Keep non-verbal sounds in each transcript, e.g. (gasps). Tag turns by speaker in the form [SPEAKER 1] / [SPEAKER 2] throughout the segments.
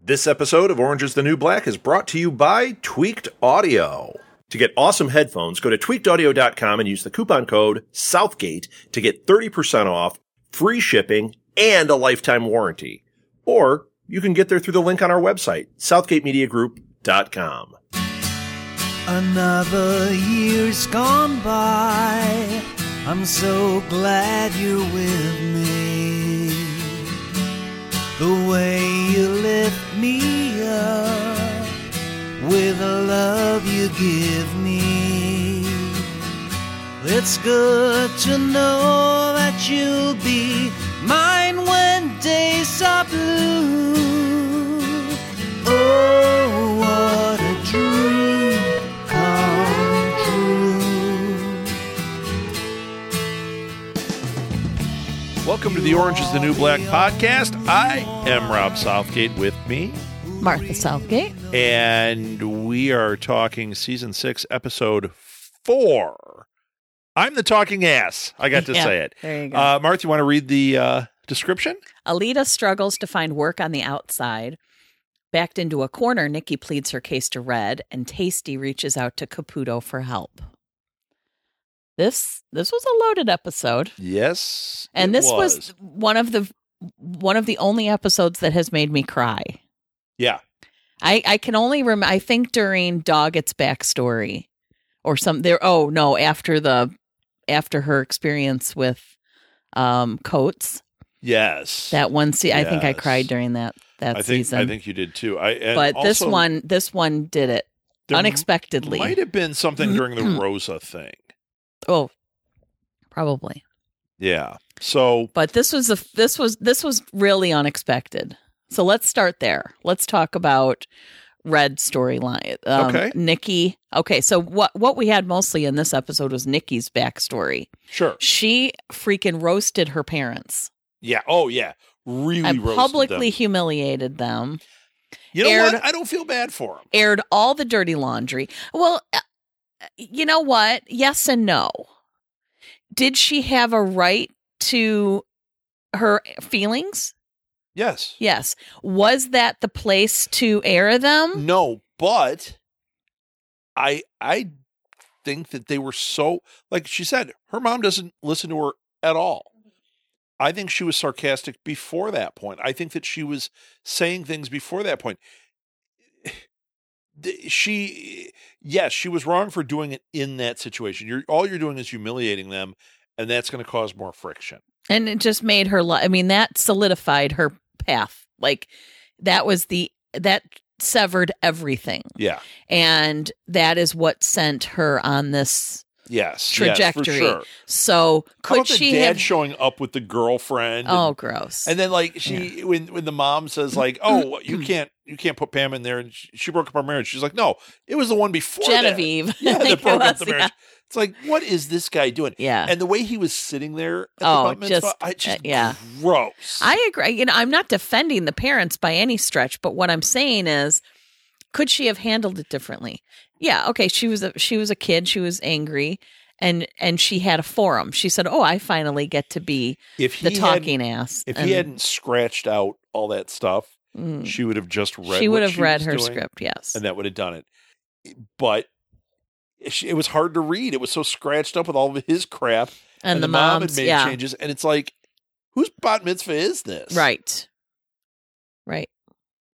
[SPEAKER 1] This episode of Orange is the New Black is brought to you by Tweaked Audio. To get awesome headphones, go to tweakedaudio.com and use the coupon code Southgate to get 30% off, free shipping, and a lifetime warranty. Or you can get there through the link on our website, southgatemediagroup.com.
[SPEAKER 2] Another year's gone by. I'm so glad you're with me. The way you lift me up with the love you give me. It's good to know that you'll be mine when days are blue. Oh, what a dream come true.
[SPEAKER 3] Welcome to the Orange is the New Black podcast. I am Rob Southgate with me,
[SPEAKER 4] Martha Southgate.
[SPEAKER 3] and we are talking season six, episode four. I'm the talking ass. I got to
[SPEAKER 4] (laughs) Yeah,
[SPEAKER 3] say it.
[SPEAKER 4] There you go.
[SPEAKER 3] Uh, Martha, you want to read the uh, description?
[SPEAKER 4] Alita struggles to find work on the outside. Backed into a corner, Nikki pleads her case to Red, and Tasty reaches out to Caputo for help. This this was a loaded episode,
[SPEAKER 3] Yes.
[SPEAKER 4] and
[SPEAKER 3] it
[SPEAKER 4] this was. one of the one of the only episodes that has made me cry.
[SPEAKER 3] yeah.
[SPEAKER 4] I I can only rem I think during Doggett's backstory, or some there. Oh no, after the after her experience with um Coates,
[SPEAKER 3] Yes.
[SPEAKER 4] That one see I think I
[SPEAKER 3] Yes.
[SPEAKER 4] cried during that that
[SPEAKER 3] I think
[SPEAKER 4] season.
[SPEAKER 3] I think you did too. I and
[SPEAKER 4] but this
[SPEAKER 3] also,
[SPEAKER 4] one this one did it
[SPEAKER 3] there
[SPEAKER 4] unexpectedly. Mm-hmm.
[SPEAKER 3] Might have been something during the Rosa thing.
[SPEAKER 4] Oh, probably.
[SPEAKER 3] Yeah. So
[SPEAKER 4] But this was a this was this was really unexpected. So let's start there. Let's talk about red storyline. Um,
[SPEAKER 3] Okay.
[SPEAKER 4] Nikki. Okay, so what what we had mostly in this episode was Nikki's backstory.
[SPEAKER 3] sure.
[SPEAKER 4] She freaking roasted her parents
[SPEAKER 3] Yeah. Oh yeah. Really
[SPEAKER 4] and
[SPEAKER 3] roasted them.
[SPEAKER 4] publicly humiliated them.
[SPEAKER 3] You know
[SPEAKER 4] aired-
[SPEAKER 3] what? I don't feel bad for him.
[SPEAKER 4] aired all the dirty laundry. Well, uh, you know what? Yes and no. Did she have a right to her feelings?
[SPEAKER 3] Yes.
[SPEAKER 4] Yes. Was that the place to air them?
[SPEAKER 3] No, but I I think that they were so like she said, her mom doesn't listen to her at all. I think she was sarcastic before that point. I think that she was saying things before that point. The- She yes, she was wrong for doing it in that situation. You're all you're doing is humiliating them and that's going to cause more friction.
[SPEAKER 4] And it just made her li I mean, that solidified her path. Like that was the that severed everything.
[SPEAKER 3] Yeah.
[SPEAKER 4] And that is what sent her on this.
[SPEAKER 3] Yes.
[SPEAKER 4] Trajectory.
[SPEAKER 3] Yes, for sure.
[SPEAKER 4] So
[SPEAKER 3] How
[SPEAKER 4] could
[SPEAKER 3] about
[SPEAKER 4] she
[SPEAKER 3] the dad
[SPEAKER 4] have
[SPEAKER 3] showing up with the girlfriend? and-
[SPEAKER 4] Oh, gross.
[SPEAKER 3] And then like she when when the mom says
[SPEAKER 4] (clears throat)
[SPEAKER 3] like, "Oh, you can't you can't put Pam in there," and she, she broke up her marriage. She's like, "No, it was the one before that."
[SPEAKER 4] Genevieve.
[SPEAKER 3] (laughs)
[SPEAKER 4] (laughs)
[SPEAKER 3] Yeah,
[SPEAKER 4] I
[SPEAKER 3] that
[SPEAKER 4] think it
[SPEAKER 3] broke up the
[SPEAKER 4] was, yeah.
[SPEAKER 3] marriage. It's like, what is this guy doing?
[SPEAKER 4] Yeah.
[SPEAKER 3] And the way he was sitting there, at the
[SPEAKER 4] Oh,
[SPEAKER 3] bat mitzvah,
[SPEAKER 4] just-
[SPEAKER 3] I just
[SPEAKER 4] uh, yeah.
[SPEAKER 3] gross.
[SPEAKER 4] I agree. You know, I'm not defending the parents by any stretch, but what I'm saying is, could she have handled it differently? Yeah, okay. She was a she was a kid. She was angry, and and she had a forum. She said, "Oh, I finally get to be
[SPEAKER 3] if he
[SPEAKER 4] the talking
[SPEAKER 3] hadn't-
[SPEAKER 4] ass."
[SPEAKER 3] if
[SPEAKER 4] And,
[SPEAKER 3] he hadn't scratched out all that stuff,
[SPEAKER 4] mm,
[SPEAKER 3] she would have just read.
[SPEAKER 4] she
[SPEAKER 3] what
[SPEAKER 4] would have read
[SPEAKER 3] was
[SPEAKER 4] her
[SPEAKER 3] doing,
[SPEAKER 4] script. Yes,
[SPEAKER 3] and that would have done it. But eh, she, it was hard to read. It was so scratched up with all of his crap.
[SPEAKER 4] and, the,
[SPEAKER 3] mom
[SPEAKER 4] moms,
[SPEAKER 3] had made
[SPEAKER 4] yeah,
[SPEAKER 3] changes, and it's like, whose bat mitzvah is this?
[SPEAKER 4] right, right.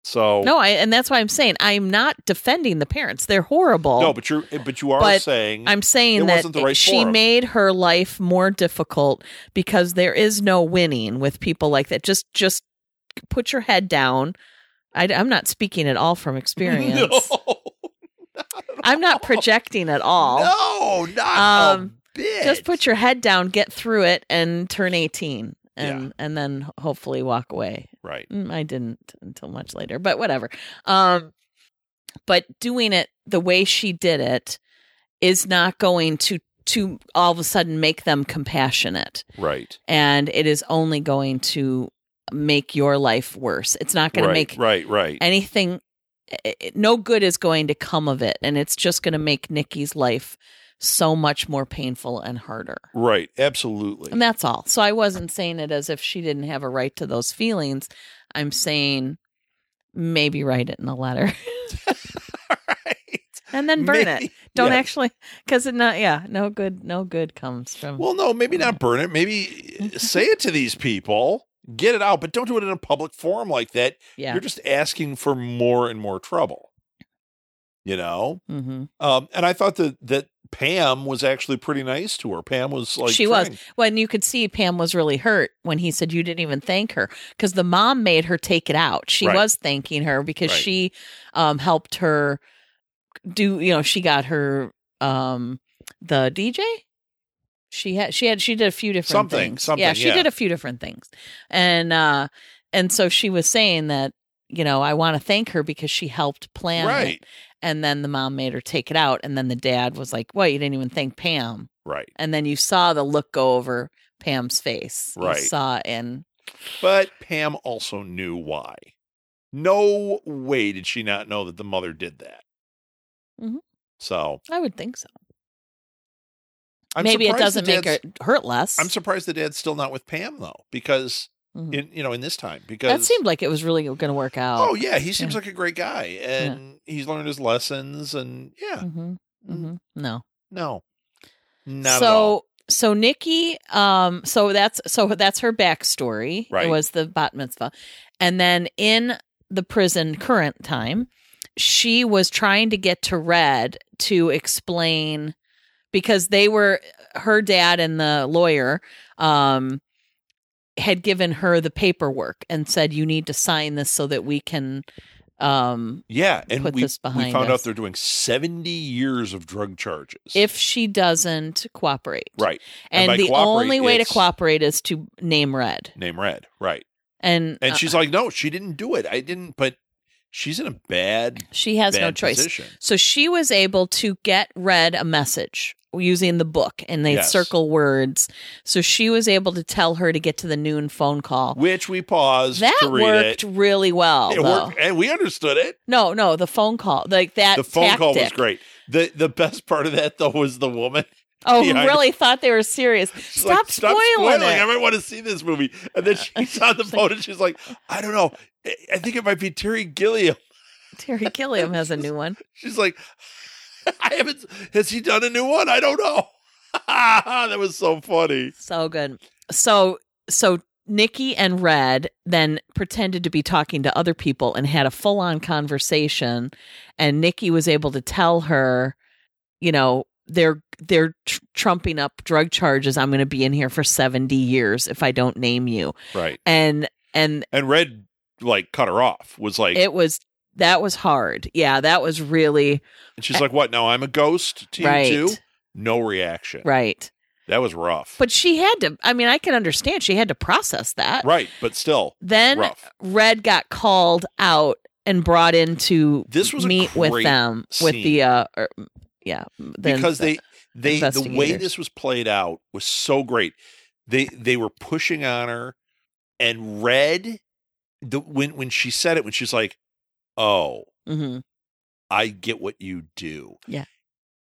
[SPEAKER 3] So
[SPEAKER 4] No, I and that's why I'm saying I'm not defending the parents. They're horrible.
[SPEAKER 3] no, but you're eh, but you are
[SPEAKER 4] But
[SPEAKER 3] saying (laughs)
[SPEAKER 4] I'm saying
[SPEAKER 3] Mm-hmm. It
[SPEAKER 4] that
[SPEAKER 3] wasn't the right
[SPEAKER 4] she
[SPEAKER 3] forum.
[SPEAKER 4] made her life more difficult because there is no winning with people like that. Just just put your head down. I, am not speaking at
[SPEAKER 3] (laughs)
[SPEAKER 4] all from experience.
[SPEAKER 3] no,
[SPEAKER 4] I'm not projecting at all.
[SPEAKER 3] no, not
[SPEAKER 4] Um,
[SPEAKER 3] a bit.
[SPEAKER 4] Just put your head down, get through it, and turn 18, and and then hopefully walk away.
[SPEAKER 3] right.
[SPEAKER 4] Mm, I didn't until much later, but whatever. Um, but doing it the way she did it is not going to to all of a sudden make them compassionate,
[SPEAKER 3] Right.
[SPEAKER 4] and it is only going to make your life worse. It's not going
[SPEAKER 3] right,
[SPEAKER 4] to make
[SPEAKER 3] right. Right.
[SPEAKER 4] anything. i- i- No good is going to come of it, and it's just going to make Nikki's life so much more painful and harder.
[SPEAKER 3] Right. Absolutely.
[SPEAKER 4] And that's all. So I wasn't saying it as if she didn't have a right to those feelings. I'm saying maybe write it in a letter (laughs)
[SPEAKER 3] right.
[SPEAKER 4] and then burn
[SPEAKER 3] Maybe-
[SPEAKER 4] it. Don't
[SPEAKER 3] yeah.
[SPEAKER 4] actually because it not yeah no good no good comes
[SPEAKER 3] (laughs)
[SPEAKER 4] from
[SPEAKER 3] Well, no, maybe not burn it.
[SPEAKER 4] (laughs)
[SPEAKER 3] Maybe eh, say it to these people, get it out, but don't do it in a public forum like that.
[SPEAKER 4] yeah
[SPEAKER 3] You're just asking for more and more trouble. You know?
[SPEAKER 4] hmm
[SPEAKER 3] Um, and I thought that that Pam was actually pretty nice to her. Pam was like
[SPEAKER 4] She was.
[SPEAKER 3] trying-
[SPEAKER 4] when you could see Pam was really hurt when he said you didn't even thank her because the mom made her take it out. She
[SPEAKER 3] Right.
[SPEAKER 4] was thanking her because
[SPEAKER 3] Right.
[SPEAKER 4] she um, helped her do. You know, she got her um, the DJ. She had she had she did a few different
[SPEAKER 3] Something,
[SPEAKER 4] things.
[SPEAKER 3] something,
[SPEAKER 4] yeah, she
[SPEAKER 3] yeah.
[SPEAKER 4] did a few different things, and uh, and so she was saying that you know I want to thank her because she helped plan it.
[SPEAKER 3] Right.
[SPEAKER 4] And then the mom made her take it out, and then the dad was like, "Well, you didn't even thank Pam."
[SPEAKER 3] Right.
[SPEAKER 4] and then you saw the look go over Pam's face.
[SPEAKER 3] Right.
[SPEAKER 4] You saw in
[SPEAKER 3] But Pam also knew why. No way did she not know that the mother did that.
[SPEAKER 4] Mhm.
[SPEAKER 3] So
[SPEAKER 4] I would think so.
[SPEAKER 3] I'm
[SPEAKER 4] Maybe it
[SPEAKER 3] surprised the
[SPEAKER 4] doesn't make her
[SPEAKER 3] dad's-
[SPEAKER 4] hurt less.
[SPEAKER 3] I'm surprised the dad's still not with Pam though, because
[SPEAKER 4] Mhm.
[SPEAKER 3] in you know in this time because
[SPEAKER 4] that seemed like it was really going to work out.
[SPEAKER 3] oh yeah he seems
[SPEAKER 4] Yeah.
[SPEAKER 3] like a great guy and he's learned his lessons and yeah
[SPEAKER 4] hmm
[SPEAKER 3] Mm-hmm.
[SPEAKER 4] hmm No.
[SPEAKER 3] no not
[SPEAKER 4] so
[SPEAKER 3] at all.
[SPEAKER 4] so Nikki, um, so that's so that's her backstory.
[SPEAKER 3] Right.
[SPEAKER 4] It was the bat mitzvah, and then in the prison current time, she was trying to get to Red to explain because they were her dad and the lawyer um had given her the paperwork and said you need to sign this so that we can um
[SPEAKER 3] yeah and
[SPEAKER 4] put
[SPEAKER 3] we,
[SPEAKER 4] this
[SPEAKER 3] we
[SPEAKER 4] behind
[SPEAKER 3] found out
[SPEAKER 4] us.
[SPEAKER 3] they're doing 70 years of drug charges
[SPEAKER 4] if she doesn't cooperate
[SPEAKER 3] right
[SPEAKER 4] and,
[SPEAKER 3] by
[SPEAKER 4] the
[SPEAKER 3] cooperate,
[SPEAKER 4] only way to
[SPEAKER 3] it's-
[SPEAKER 4] cooperate is to name red
[SPEAKER 3] name red right
[SPEAKER 4] and,
[SPEAKER 3] and
[SPEAKER 4] uh,
[SPEAKER 3] she's like no she didn't do it i didn't but she's in a bad
[SPEAKER 4] she has
[SPEAKER 3] bad
[SPEAKER 4] no choice
[SPEAKER 3] position.
[SPEAKER 4] so she was able to get red a message using the book and they
[SPEAKER 3] Yes.
[SPEAKER 4] circle words so she was able to tell her to get to the noon phone call
[SPEAKER 3] which we paused
[SPEAKER 4] that
[SPEAKER 3] to read it
[SPEAKER 4] worked really well
[SPEAKER 3] it
[SPEAKER 4] though.
[SPEAKER 3] worked and we understood it
[SPEAKER 4] no no the phone call like that
[SPEAKER 3] the phone call was
[SPEAKER 4] tactic.
[SPEAKER 3] great the the best part of that though was the woman (laughs)
[SPEAKER 4] oh who
[SPEAKER 3] behind-
[SPEAKER 4] really thought they were serious
[SPEAKER 3] She's
[SPEAKER 4] stop,
[SPEAKER 3] like,
[SPEAKER 4] spoiling
[SPEAKER 3] I
[SPEAKER 4] it
[SPEAKER 3] might want to see this movie. And
[SPEAKER 4] (laughs)
[SPEAKER 3] then she's on the phone and she's like, I don't know. I- I think it might be Terry Gilliam.
[SPEAKER 4] terry gilliam has a new one
[SPEAKER 3] She's like, (laughs) I haven't. Has he done a new one? I don't know. (laughs) that was so funny.
[SPEAKER 4] So good. So so Nikki and Red then pretended to be talking to other people and had a full on conversation and Nikki was able to tell her, you know, they're they're tr- trumping up drug charges. I'm going to be in here for 70 years if I don't name you.
[SPEAKER 3] Right.
[SPEAKER 4] And and
[SPEAKER 3] And Red like cut her off. Was like,
[SPEAKER 4] it was that was hard. Yeah, that was really
[SPEAKER 3] and she's like, what? Now I'm a ghost to
[SPEAKER 4] right.
[SPEAKER 3] you too. No reaction.
[SPEAKER 4] Right.
[SPEAKER 3] That was rough.
[SPEAKER 4] But she had to I mean, I can understand she had to process that.
[SPEAKER 3] right, but still
[SPEAKER 4] Then
[SPEAKER 3] rough.
[SPEAKER 4] Red got called out and brought in to
[SPEAKER 3] This was a
[SPEAKER 4] meet with
[SPEAKER 3] great
[SPEAKER 4] them with the
[SPEAKER 3] scene.
[SPEAKER 4] uh er, yeah the-
[SPEAKER 3] because they they the way
[SPEAKER 4] investigators.
[SPEAKER 3] this was played out was so great. They they were pushing on her, and Red, the when when she said it when she's like, "Oh,
[SPEAKER 4] Mhm.
[SPEAKER 3] I get what you do."
[SPEAKER 4] Yeah.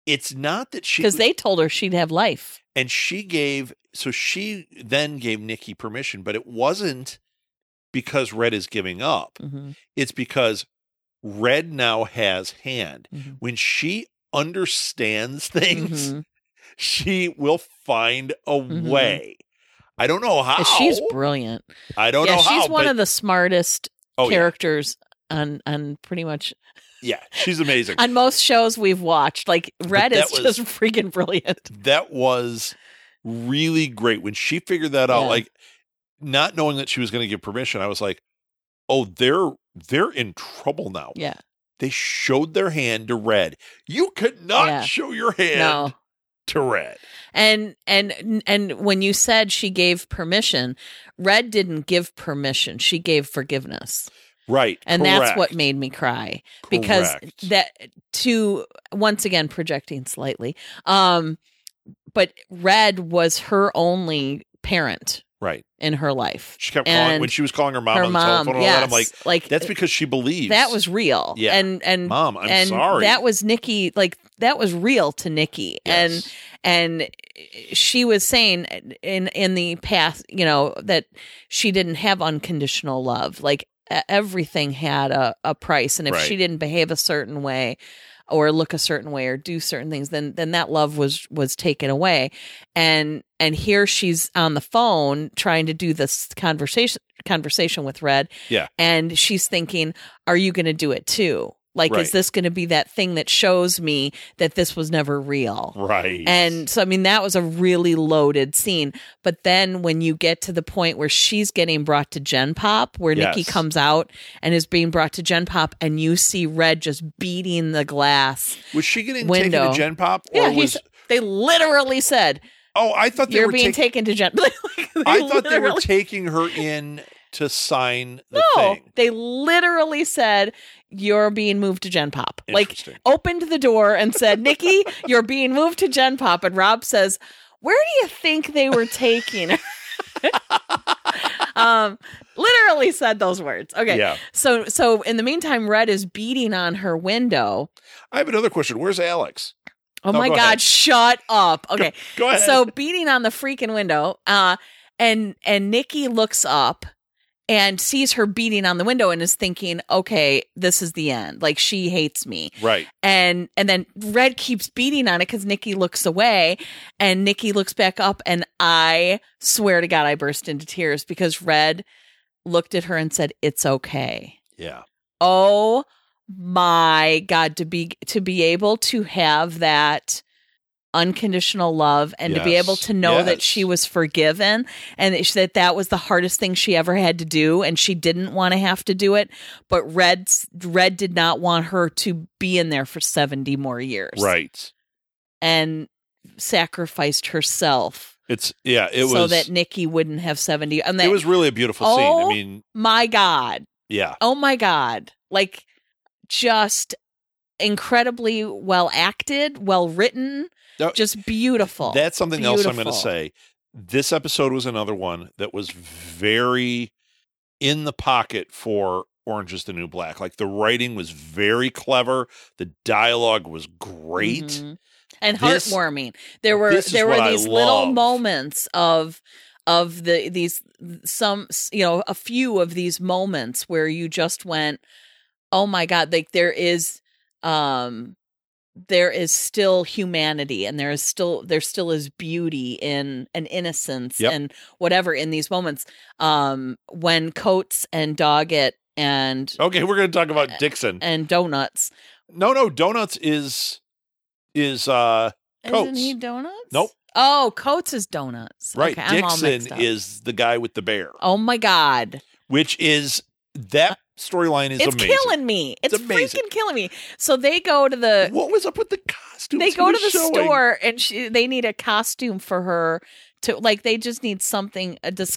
[SPEAKER 3] it's not that she
[SPEAKER 4] 'Cause they told her she'd have life
[SPEAKER 3] and she gave so she then gave Nikki permission, but it wasn't because Red is giving up.
[SPEAKER 4] Mhm.
[SPEAKER 3] It's because Red now has hand
[SPEAKER 4] Mhm.
[SPEAKER 3] when she understands (laughs) things
[SPEAKER 4] Mhm.
[SPEAKER 3] she will find a
[SPEAKER 4] Mhm.
[SPEAKER 3] way. I don't know how.
[SPEAKER 4] And she's brilliant
[SPEAKER 3] I don't
[SPEAKER 4] yeah
[SPEAKER 3] know
[SPEAKER 4] she's
[SPEAKER 3] how.
[SPEAKER 4] one
[SPEAKER 3] but,
[SPEAKER 4] of the smartest
[SPEAKER 3] oh,
[SPEAKER 4] characters on on pretty much
[SPEAKER 3] Yeah. yeah, she's amazing.
[SPEAKER 4] on most shows we've watched like red
[SPEAKER 3] that
[SPEAKER 4] is
[SPEAKER 3] was-
[SPEAKER 4] just (laughs) freaking brilliant
[SPEAKER 3] that was really great when she figured that out.
[SPEAKER 4] Yeah.
[SPEAKER 3] Like not knowing that she was going to give permission, I was like, "Oh, they're they're in trouble now."
[SPEAKER 4] yeah
[SPEAKER 3] They showed their hand to red. You could not
[SPEAKER 4] Yeah.
[SPEAKER 3] show your hand
[SPEAKER 4] no
[SPEAKER 3] to red.
[SPEAKER 4] And and and when you said she gave permission, Red didn't give permission. She gave forgiveness.
[SPEAKER 3] Right.
[SPEAKER 4] And that's what
[SPEAKER 3] correct,
[SPEAKER 4] made me cry because
[SPEAKER 3] correct.
[SPEAKER 4] that to once again projecting slightly. Um but Red was her only parent
[SPEAKER 3] right.
[SPEAKER 4] in her life.
[SPEAKER 3] She kept calling
[SPEAKER 4] and
[SPEAKER 3] when she was calling her mom
[SPEAKER 4] her
[SPEAKER 3] on the
[SPEAKER 4] mom,
[SPEAKER 3] telephone. and all
[SPEAKER 4] yes,
[SPEAKER 3] that, I'm like,
[SPEAKER 4] like uh,
[SPEAKER 3] that's because she believes
[SPEAKER 4] that was real.
[SPEAKER 3] Yeah.
[SPEAKER 4] And and
[SPEAKER 3] mom. I'm
[SPEAKER 4] and
[SPEAKER 3] sorry.
[SPEAKER 4] that was Nikki like that was real to Nikki. And
[SPEAKER 3] Yes.
[SPEAKER 4] and she was saying in in the past you know that she didn't have unconditional love like e- everything had a, a price and if
[SPEAKER 3] Right.
[SPEAKER 4] she didn't behave a certain way or look a certain way or do certain things then then that love was was taken away and and here she's on the phone trying to do this conversation conversation with red
[SPEAKER 3] Yeah.
[SPEAKER 4] and she's thinking are you going to do it too like
[SPEAKER 3] Right.
[SPEAKER 4] is this going to be that thing that shows me that this was never real
[SPEAKER 3] Right.
[SPEAKER 4] and so, I mean, that was a really loaded scene. But then when you get to the point where she's getting brought to Gen Pop, where Nikki
[SPEAKER 3] Yes.
[SPEAKER 4] comes out and is being brought to Gen Pop, and you see Red just beating the glass.
[SPEAKER 3] was she getting taken
[SPEAKER 4] window.
[SPEAKER 3] to Gen Pop? Or
[SPEAKER 4] Yeah, he
[SPEAKER 3] was
[SPEAKER 4] s- they literally said,
[SPEAKER 3] Oh, I thought they
[SPEAKER 4] You're
[SPEAKER 3] were
[SPEAKER 4] being
[SPEAKER 3] taking
[SPEAKER 4] taken to Gen (laughs) Like, they
[SPEAKER 3] I thought they were
[SPEAKER 4] literally-
[SPEAKER 3] taking her in to sign the
[SPEAKER 4] No,
[SPEAKER 3] thing.
[SPEAKER 4] Oh, they literally said, You're being moved to Gen Pop. Like,
[SPEAKER 3] Interesting.
[SPEAKER 4] opened the door and
[SPEAKER 3] (laughs)
[SPEAKER 4] said, Nikki, you're being moved to Gen Pop. And Rob says, Where do you think they were taking her? (laughs) um, literally said those words. Okay.
[SPEAKER 3] Yeah.
[SPEAKER 4] So so in the meantime, Red is beating on her window.
[SPEAKER 3] I have another question. Where's Alex?
[SPEAKER 4] Oh
[SPEAKER 3] No,
[SPEAKER 4] my
[SPEAKER 3] go
[SPEAKER 4] God,
[SPEAKER 3] ahead.
[SPEAKER 4] shut up. Okay.
[SPEAKER 3] Go ahead.
[SPEAKER 4] So beating on the freaking window. Uh and and Nikki looks up and sees her beating on the window and is thinking, okay, this is the end. Like she hates me
[SPEAKER 3] right.
[SPEAKER 4] and and then red keeps beating on it because nikki looks away and nikki looks back up and i swear to god i burst into tears because red looked at her and said it's okay
[SPEAKER 3] Yeah.
[SPEAKER 4] oh my god to be to be able to have that unconditional love and to be
[SPEAKER 3] Yes.
[SPEAKER 4] able to know that
[SPEAKER 3] Yes.
[SPEAKER 4] she was forgiven and that, she, that that was the hardest thing she ever had to do and she didn't want to have to do it but red s- red did not want her to be in there for 70 more years
[SPEAKER 3] Right.
[SPEAKER 4] and sacrificed herself
[SPEAKER 3] It's yeah, it
[SPEAKER 4] so
[SPEAKER 3] was
[SPEAKER 4] that nikki wouldn't have 70 and that
[SPEAKER 3] it was really a beautiful scene. I
[SPEAKER 4] Oh.
[SPEAKER 3] mean,
[SPEAKER 4] my god
[SPEAKER 3] yeah.
[SPEAKER 4] oh my god like just incredibly well acted well written
[SPEAKER 3] No,
[SPEAKER 4] just beautiful
[SPEAKER 3] That's something else I'm going to
[SPEAKER 4] Oh, Beautiful.
[SPEAKER 3] say. This episode was another one that was very in the pocket for Orange is the New Black. Like the writing was very clever, the dialogue was great.
[SPEAKER 4] Mhm. and
[SPEAKER 3] This-
[SPEAKER 4] heartwarming there were
[SPEAKER 3] this is
[SPEAKER 4] there were
[SPEAKER 3] what I
[SPEAKER 4] these little
[SPEAKER 3] love.
[SPEAKER 4] moments of of the these some you know a few of these moments where you just went oh my god like there is um there is still humanity and there is still there still is beauty in an innocence
[SPEAKER 3] Yep.
[SPEAKER 4] and whatever in these moments um when coates and doggett and
[SPEAKER 3] Okay, we're going to talk about Dixon.
[SPEAKER 4] and donuts
[SPEAKER 3] No, no, Donuts is is uh Coates.
[SPEAKER 4] isn't he donuts
[SPEAKER 3] Nope.
[SPEAKER 4] oh coates is donuts
[SPEAKER 3] right.
[SPEAKER 4] okay, I'm all mixed
[SPEAKER 3] Dixon
[SPEAKER 4] up.
[SPEAKER 3] is the guy with the bear,
[SPEAKER 4] oh my god
[SPEAKER 3] which is that storyline is
[SPEAKER 4] it's
[SPEAKER 3] amazing.
[SPEAKER 4] killing me it's,
[SPEAKER 3] amazing.
[SPEAKER 4] freaking killing me so they go to the
[SPEAKER 3] What was up with the costumes?
[SPEAKER 4] they
[SPEAKER 3] he
[SPEAKER 4] go to
[SPEAKER 3] was
[SPEAKER 4] the
[SPEAKER 3] showing?
[SPEAKER 4] store and she, they need a costume for her to like they just need something a
[SPEAKER 3] (laughs)
[SPEAKER 4] dis-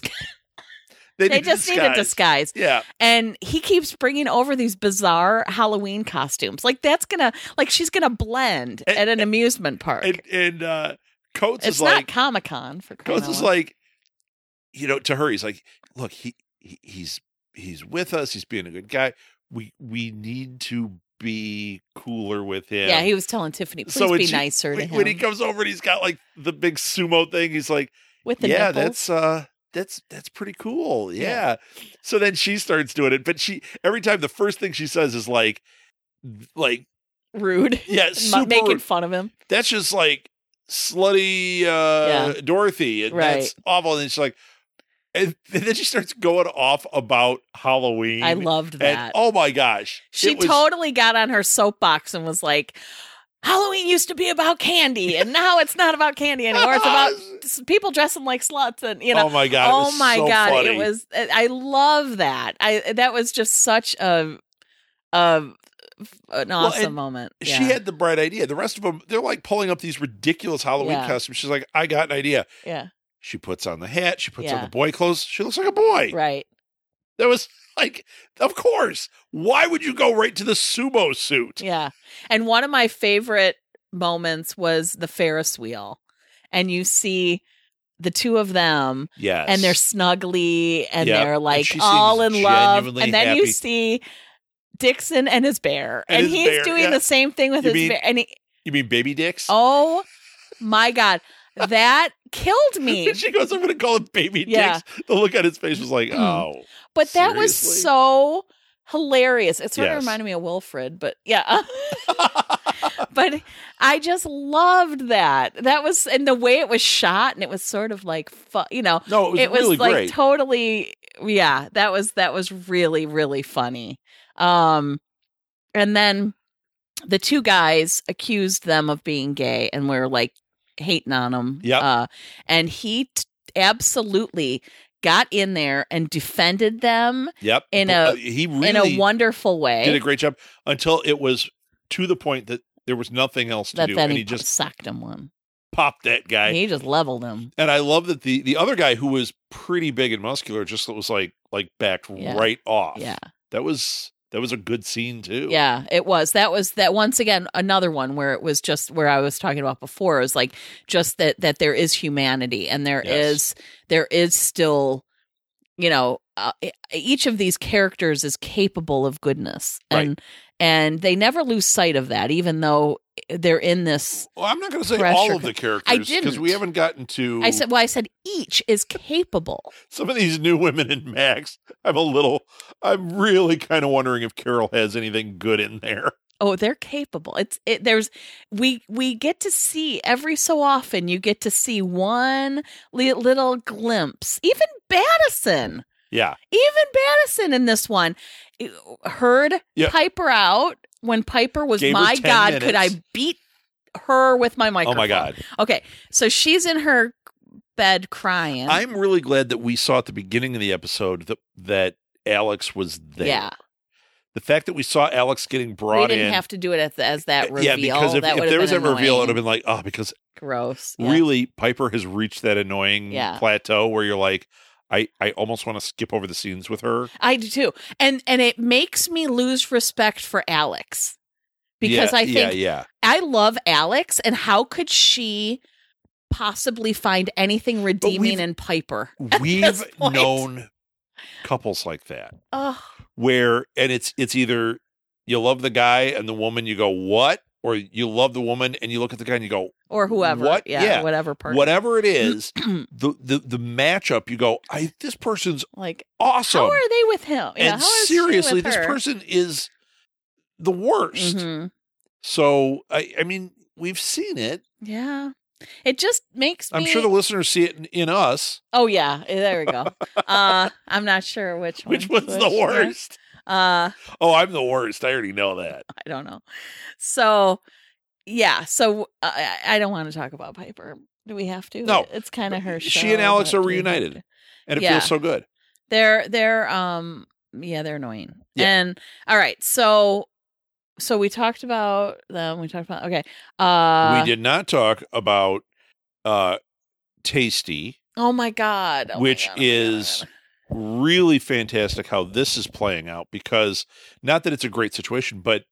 [SPEAKER 3] They,
[SPEAKER 4] they
[SPEAKER 3] did
[SPEAKER 4] just need a
[SPEAKER 3] disguise.
[SPEAKER 4] disguise
[SPEAKER 3] Yeah,
[SPEAKER 4] (laughs) and he keeps bringing over these bizarre halloween costumes like that's gonna like she's gonna blend
[SPEAKER 3] And-
[SPEAKER 4] at an amusement park
[SPEAKER 3] and and uh, Coates
[SPEAKER 4] it's
[SPEAKER 3] is
[SPEAKER 4] not
[SPEAKER 3] like
[SPEAKER 4] comic-con for crying
[SPEAKER 3] Coates
[SPEAKER 4] out
[SPEAKER 3] is
[SPEAKER 4] loud.
[SPEAKER 3] like, you know, to her he's like, look, he, he he's he's with us. He's being a good guy. We we need to be cooler with him.
[SPEAKER 4] yeah he was telling tiffany please
[SPEAKER 3] So when
[SPEAKER 4] be
[SPEAKER 3] she-
[SPEAKER 4] nicer to
[SPEAKER 3] when,
[SPEAKER 4] him
[SPEAKER 3] when he comes over and he's got like the big sumo thing. He's like.
[SPEAKER 4] with the
[SPEAKER 3] yeah
[SPEAKER 4] nipples.
[SPEAKER 3] that's uh that's that's pretty cool yeah.
[SPEAKER 4] Yeah.
[SPEAKER 3] so then she starts doing it but she every time the first thing she says is like like
[SPEAKER 4] rude (laughs)
[SPEAKER 3] yeah super,
[SPEAKER 4] Ma- making fun of him
[SPEAKER 3] that's just like slutty uh dorothy and that's awful and she's like and then she starts going off about halloween
[SPEAKER 4] i loved
[SPEAKER 3] and
[SPEAKER 4] that
[SPEAKER 3] oh my gosh
[SPEAKER 4] She
[SPEAKER 3] it was- (laughs)
[SPEAKER 4] totally got on her soapbox and was like, Halloween used to be
[SPEAKER 3] (laughs)
[SPEAKER 4] about candy, and now it's not about candy anymore. It's about s- people dressing like sluts, and you know.
[SPEAKER 3] oh my god it was
[SPEAKER 4] my
[SPEAKER 3] so
[SPEAKER 4] god,
[SPEAKER 3] funny.
[SPEAKER 4] it was. eh, I love that. I that was just such a, a an awesome
[SPEAKER 3] and
[SPEAKER 4] moment. Yeah.
[SPEAKER 3] she had the bright idea. The rest of them, they're like pulling up these ridiculous Halloween
[SPEAKER 4] Yeah.
[SPEAKER 3] costumes. She's like, I got an idea.
[SPEAKER 4] yeah,
[SPEAKER 3] She puts on the hat. She puts on
[SPEAKER 4] Yeah.
[SPEAKER 3] the boy clothes. She looks like a boy.
[SPEAKER 4] right.
[SPEAKER 3] That was like, of course. Why would you go right to the sumo suit?
[SPEAKER 4] Yeah. And one of my favorite moments was the Ferris wheel, and you see the two of them
[SPEAKER 3] Yes.
[SPEAKER 4] and they're snuggly and
[SPEAKER 3] Yep.
[SPEAKER 4] they're like
[SPEAKER 3] she
[SPEAKER 4] all
[SPEAKER 3] seems
[SPEAKER 4] in love.
[SPEAKER 3] genuinely
[SPEAKER 4] And then you
[SPEAKER 3] happy.
[SPEAKER 4] see Dixon and his bear,
[SPEAKER 3] And
[SPEAKER 4] and,
[SPEAKER 3] his
[SPEAKER 4] he's
[SPEAKER 3] bear,
[SPEAKER 4] doing
[SPEAKER 3] yeah.
[SPEAKER 4] the same thing with
[SPEAKER 3] You
[SPEAKER 4] his
[SPEAKER 3] mean-
[SPEAKER 4] bear. And he,
[SPEAKER 3] You mean baby dicks?
[SPEAKER 4] oh my god, that killed
[SPEAKER 3] (laughs)
[SPEAKER 4] me.
[SPEAKER 3] And (laughs) she goes, I'm going to call him baby
[SPEAKER 4] Yeah.
[SPEAKER 3] dicks. The look on his face was
[SPEAKER 4] (clears throat)
[SPEAKER 3] like, oh.
[SPEAKER 4] But that was
[SPEAKER 3] Seriously?
[SPEAKER 4] so hilarious. It sort
[SPEAKER 3] Yes.
[SPEAKER 4] of reminded me of Wilfred, but yeah. but I just loved that. That was and the way it was shot and it was sort of like fu- you know,
[SPEAKER 3] No, it was
[SPEAKER 4] it was
[SPEAKER 3] really
[SPEAKER 4] like
[SPEAKER 3] great.
[SPEAKER 4] totally yeah, that was that was really really funny. Um and then the two guys accused them of being gay and were like hating on them.
[SPEAKER 3] Yep.
[SPEAKER 4] Uh, and he t- absolutely got in there and defended them
[SPEAKER 3] yep.
[SPEAKER 4] in a-
[SPEAKER 3] Uh, he really
[SPEAKER 4] in a wonderful way.
[SPEAKER 3] did a great job until it was to the point that there was nothing else to
[SPEAKER 4] that
[SPEAKER 3] do.
[SPEAKER 4] then
[SPEAKER 3] And
[SPEAKER 4] he,
[SPEAKER 3] he just
[SPEAKER 4] socked him one.
[SPEAKER 3] popped that guy.
[SPEAKER 4] he just leveled him.
[SPEAKER 3] And I love that the the other guy who was pretty big and muscular just was like like backed
[SPEAKER 4] Yeah.
[SPEAKER 3] right off.
[SPEAKER 4] Yeah.
[SPEAKER 3] That was that was a good scene (laughs) too.
[SPEAKER 4] Yeah, it was. That was that once again another one where it was just where I was talking about before. It was like just that that there is humanity and there is
[SPEAKER 3] Yes.
[SPEAKER 4] there is still, you know, uh, e- each of these characters is capable of goodness and and they never lose sight of that, even though eh, they're in this.
[SPEAKER 3] Well, I'm not going to say
[SPEAKER 4] Pressure
[SPEAKER 3] all of
[SPEAKER 4] cooker.
[SPEAKER 3] the characters
[SPEAKER 4] I
[SPEAKER 3] because
[SPEAKER 4] didn't.
[SPEAKER 3] we haven't gotten to
[SPEAKER 4] I said, well, I said each is capable.
[SPEAKER 3] some of these new women in Max. I'm a little I'm really kind of wondering if Carol has anything good in there.
[SPEAKER 4] oh they're capable it's it there's we we get to see every so often you get to see one li- little glimpse even battison
[SPEAKER 3] Yeah.
[SPEAKER 4] even battison in this one eh, heard
[SPEAKER 3] Yeah.
[SPEAKER 4] piper out when piper was
[SPEAKER 3] Gave her
[SPEAKER 4] my
[SPEAKER 3] 10
[SPEAKER 4] god could i
[SPEAKER 3] minutes."
[SPEAKER 4] beat her with my microphone
[SPEAKER 3] Oh my god.
[SPEAKER 4] okay so she's in her bed crying
[SPEAKER 3] I'm really glad that we saw at the beginning of the episode that that Alex was there.
[SPEAKER 4] yeah
[SPEAKER 3] The fact that we saw Alex getting brought
[SPEAKER 4] we didn't
[SPEAKER 3] in
[SPEAKER 4] have to do it at the, as that
[SPEAKER 3] Uh,
[SPEAKER 4] reveal
[SPEAKER 3] Yeah, because if,
[SPEAKER 4] that
[SPEAKER 3] if
[SPEAKER 4] would
[SPEAKER 3] there
[SPEAKER 4] have
[SPEAKER 3] was
[SPEAKER 4] been
[SPEAKER 3] that reveal, it would have
[SPEAKER 4] annoying.
[SPEAKER 3] been like, oh, because
[SPEAKER 4] gross yeah.
[SPEAKER 3] really Piper has reached that annoying
[SPEAKER 4] Yeah.
[SPEAKER 3] plateau where you're like, I, I almost want to skip over the scenes with her.
[SPEAKER 4] I do too. And and it makes me lose respect for Alex. Because
[SPEAKER 3] Yeah,
[SPEAKER 4] I think
[SPEAKER 3] yeah,
[SPEAKER 4] (laughs)
[SPEAKER 3] yeah,
[SPEAKER 4] I love Alex and how could she possibly find anything redeeming in Piper?
[SPEAKER 3] we've
[SPEAKER 4] point.
[SPEAKER 3] known couples like that
[SPEAKER 4] Oh,
[SPEAKER 3] where, and it's it's either you love the guy and the woman, you go what, or you love the woman and you look at the guy and you go
[SPEAKER 4] or whoever.
[SPEAKER 3] What?
[SPEAKER 4] Yeah,
[SPEAKER 3] Yeah.
[SPEAKER 4] whatever part.
[SPEAKER 3] whatever
[SPEAKER 4] (clears throat)
[SPEAKER 3] it is, the the the matchup, you go, I this person's
[SPEAKER 4] Like
[SPEAKER 3] awesome.
[SPEAKER 4] how are they with him? Yeah,
[SPEAKER 3] and
[SPEAKER 4] how is she
[SPEAKER 3] seriously,
[SPEAKER 4] with
[SPEAKER 3] this
[SPEAKER 4] her?
[SPEAKER 3] person is the worst.
[SPEAKER 4] Mhm.
[SPEAKER 3] So I, I mean, we've seen it.
[SPEAKER 4] Yeah. It just makes me
[SPEAKER 3] I'm sure the listeners see it in, in us, (laughs)
[SPEAKER 4] Oh yeah, there we go. uh I'm not sure which one.
[SPEAKER 3] which was the
[SPEAKER 4] one.
[SPEAKER 3] worst.
[SPEAKER 4] Uh
[SPEAKER 3] Oh, I'm the worst. I already know that.
[SPEAKER 4] I don't know. So, yeah. So uh, I, I I don't want to talk about Piper. Do we have to?
[SPEAKER 3] No.
[SPEAKER 4] it's kind of her.
[SPEAKER 3] She
[SPEAKER 4] show,
[SPEAKER 3] and Alex
[SPEAKER 4] but
[SPEAKER 3] are
[SPEAKER 4] do we have
[SPEAKER 3] reunited.
[SPEAKER 4] to?
[SPEAKER 3] And it
[SPEAKER 4] Yeah.
[SPEAKER 3] feels so good.
[SPEAKER 4] They're they're um yeah they're annoying.
[SPEAKER 3] Yeah.
[SPEAKER 4] And all right, so so we talked about them. We talked about okay. Uh,
[SPEAKER 3] we did not talk about uh Tasty,
[SPEAKER 4] Oh my god. Oh my
[SPEAKER 3] which
[SPEAKER 4] God, oh my God,
[SPEAKER 3] is
[SPEAKER 4] oh my God.
[SPEAKER 3] really fantastic how this is playing out because not that it's a great situation, but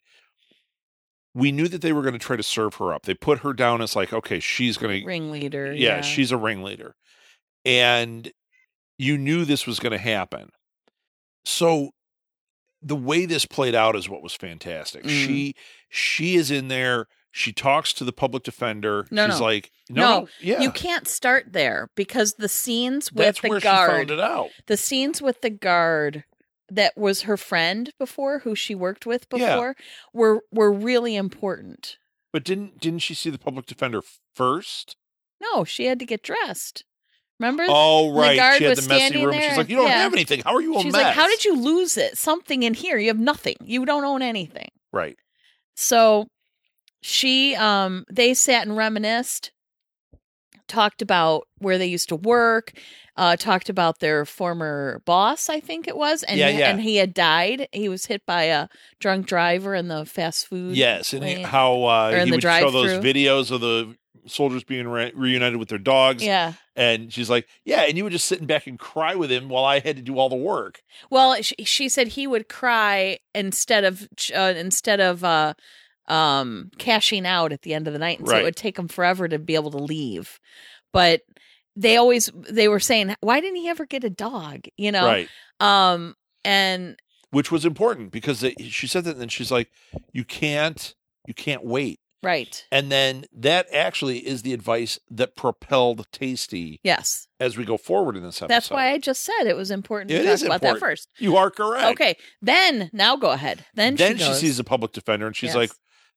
[SPEAKER 3] we knew that they were going to try to serve her up. They put her down as like, okay, she's going to
[SPEAKER 4] ringleader.
[SPEAKER 3] yeah, she's a ringleader. And you knew this was going to happen. So the way this played out is what was fantastic.
[SPEAKER 4] Mm.
[SPEAKER 3] She she is in there, she talks to the public defender.
[SPEAKER 4] No,
[SPEAKER 3] she's
[SPEAKER 4] no.
[SPEAKER 3] like, no,
[SPEAKER 4] No,
[SPEAKER 3] no, yeah.
[SPEAKER 4] You can't start there because the scenes with
[SPEAKER 3] That's
[SPEAKER 4] the
[SPEAKER 3] where she
[SPEAKER 4] guard
[SPEAKER 3] found it out.
[SPEAKER 4] the scenes with the guard that was her friend before who she worked with
[SPEAKER 3] Yeah.
[SPEAKER 4] before were were really important
[SPEAKER 3] But didn't didn't she see the public defender first?
[SPEAKER 4] no she had to get dressed remember
[SPEAKER 3] Oh
[SPEAKER 4] Mm-hmm. the
[SPEAKER 3] right,
[SPEAKER 4] guard
[SPEAKER 3] she had
[SPEAKER 4] was
[SPEAKER 3] the messy
[SPEAKER 4] standing
[SPEAKER 3] room.
[SPEAKER 4] there.
[SPEAKER 3] She's like, you don't
[SPEAKER 4] Yeah.
[SPEAKER 3] have anything. How are you a
[SPEAKER 4] she's
[SPEAKER 3] mess?
[SPEAKER 4] like how did you lose it something in here you have nothing you don't own anything (laughs)
[SPEAKER 3] Right.
[SPEAKER 4] so she um they sat and reminisced talked about where they used to work uh talked about their former boss i think it was and
[SPEAKER 3] Yeah, yeah.
[SPEAKER 4] and he had died he was hit by a drunk driver in the fast food
[SPEAKER 3] Yes, and
[SPEAKER 4] lane.
[SPEAKER 3] how
[SPEAKER 4] Mm, Or
[SPEAKER 3] uh,
[SPEAKER 4] in
[SPEAKER 3] he
[SPEAKER 4] the
[SPEAKER 3] would show those
[SPEAKER 4] drive-thru.
[SPEAKER 3] videos of the soldiers being re- reunited with their dogs.
[SPEAKER 4] yeah
[SPEAKER 3] And she's like, "Yeah," and you were just sitting back and cry with him while I had to do all the work.
[SPEAKER 4] well she, she said he would cry instead of uh, instead of uh um cashing out at the end of the night and so
[SPEAKER 3] Right.
[SPEAKER 4] it would take him forever to be able to leave but they always they were saying why didn't he ever get a dog you know
[SPEAKER 3] Right.
[SPEAKER 4] um and
[SPEAKER 3] Which was important because it, she said that, and she's like, "You can't, you can't wait."
[SPEAKER 4] Right.
[SPEAKER 3] And then that actually is the advice that propelled Tasty
[SPEAKER 4] Yes.
[SPEAKER 3] as we go forward in this episode.
[SPEAKER 4] That's why I just said it was important to
[SPEAKER 3] It
[SPEAKER 4] talk
[SPEAKER 3] is
[SPEAKER 4] about that
[SPEAKER 3] important.
[SPEAKER 4] first.
[SPEAKER 3] you are correct.
[SPEAKER 4] Okay. Then now go ahead. Then,
[SPEAKER 3] then
[SPEAKER 4] she,
[SPEAKER 3] she,
[SPEAKER 4] goes,
[SPEAKER 3] sees the public defender and she's
[SPEAKER 4] Yes.
[SPEAKER 3] like,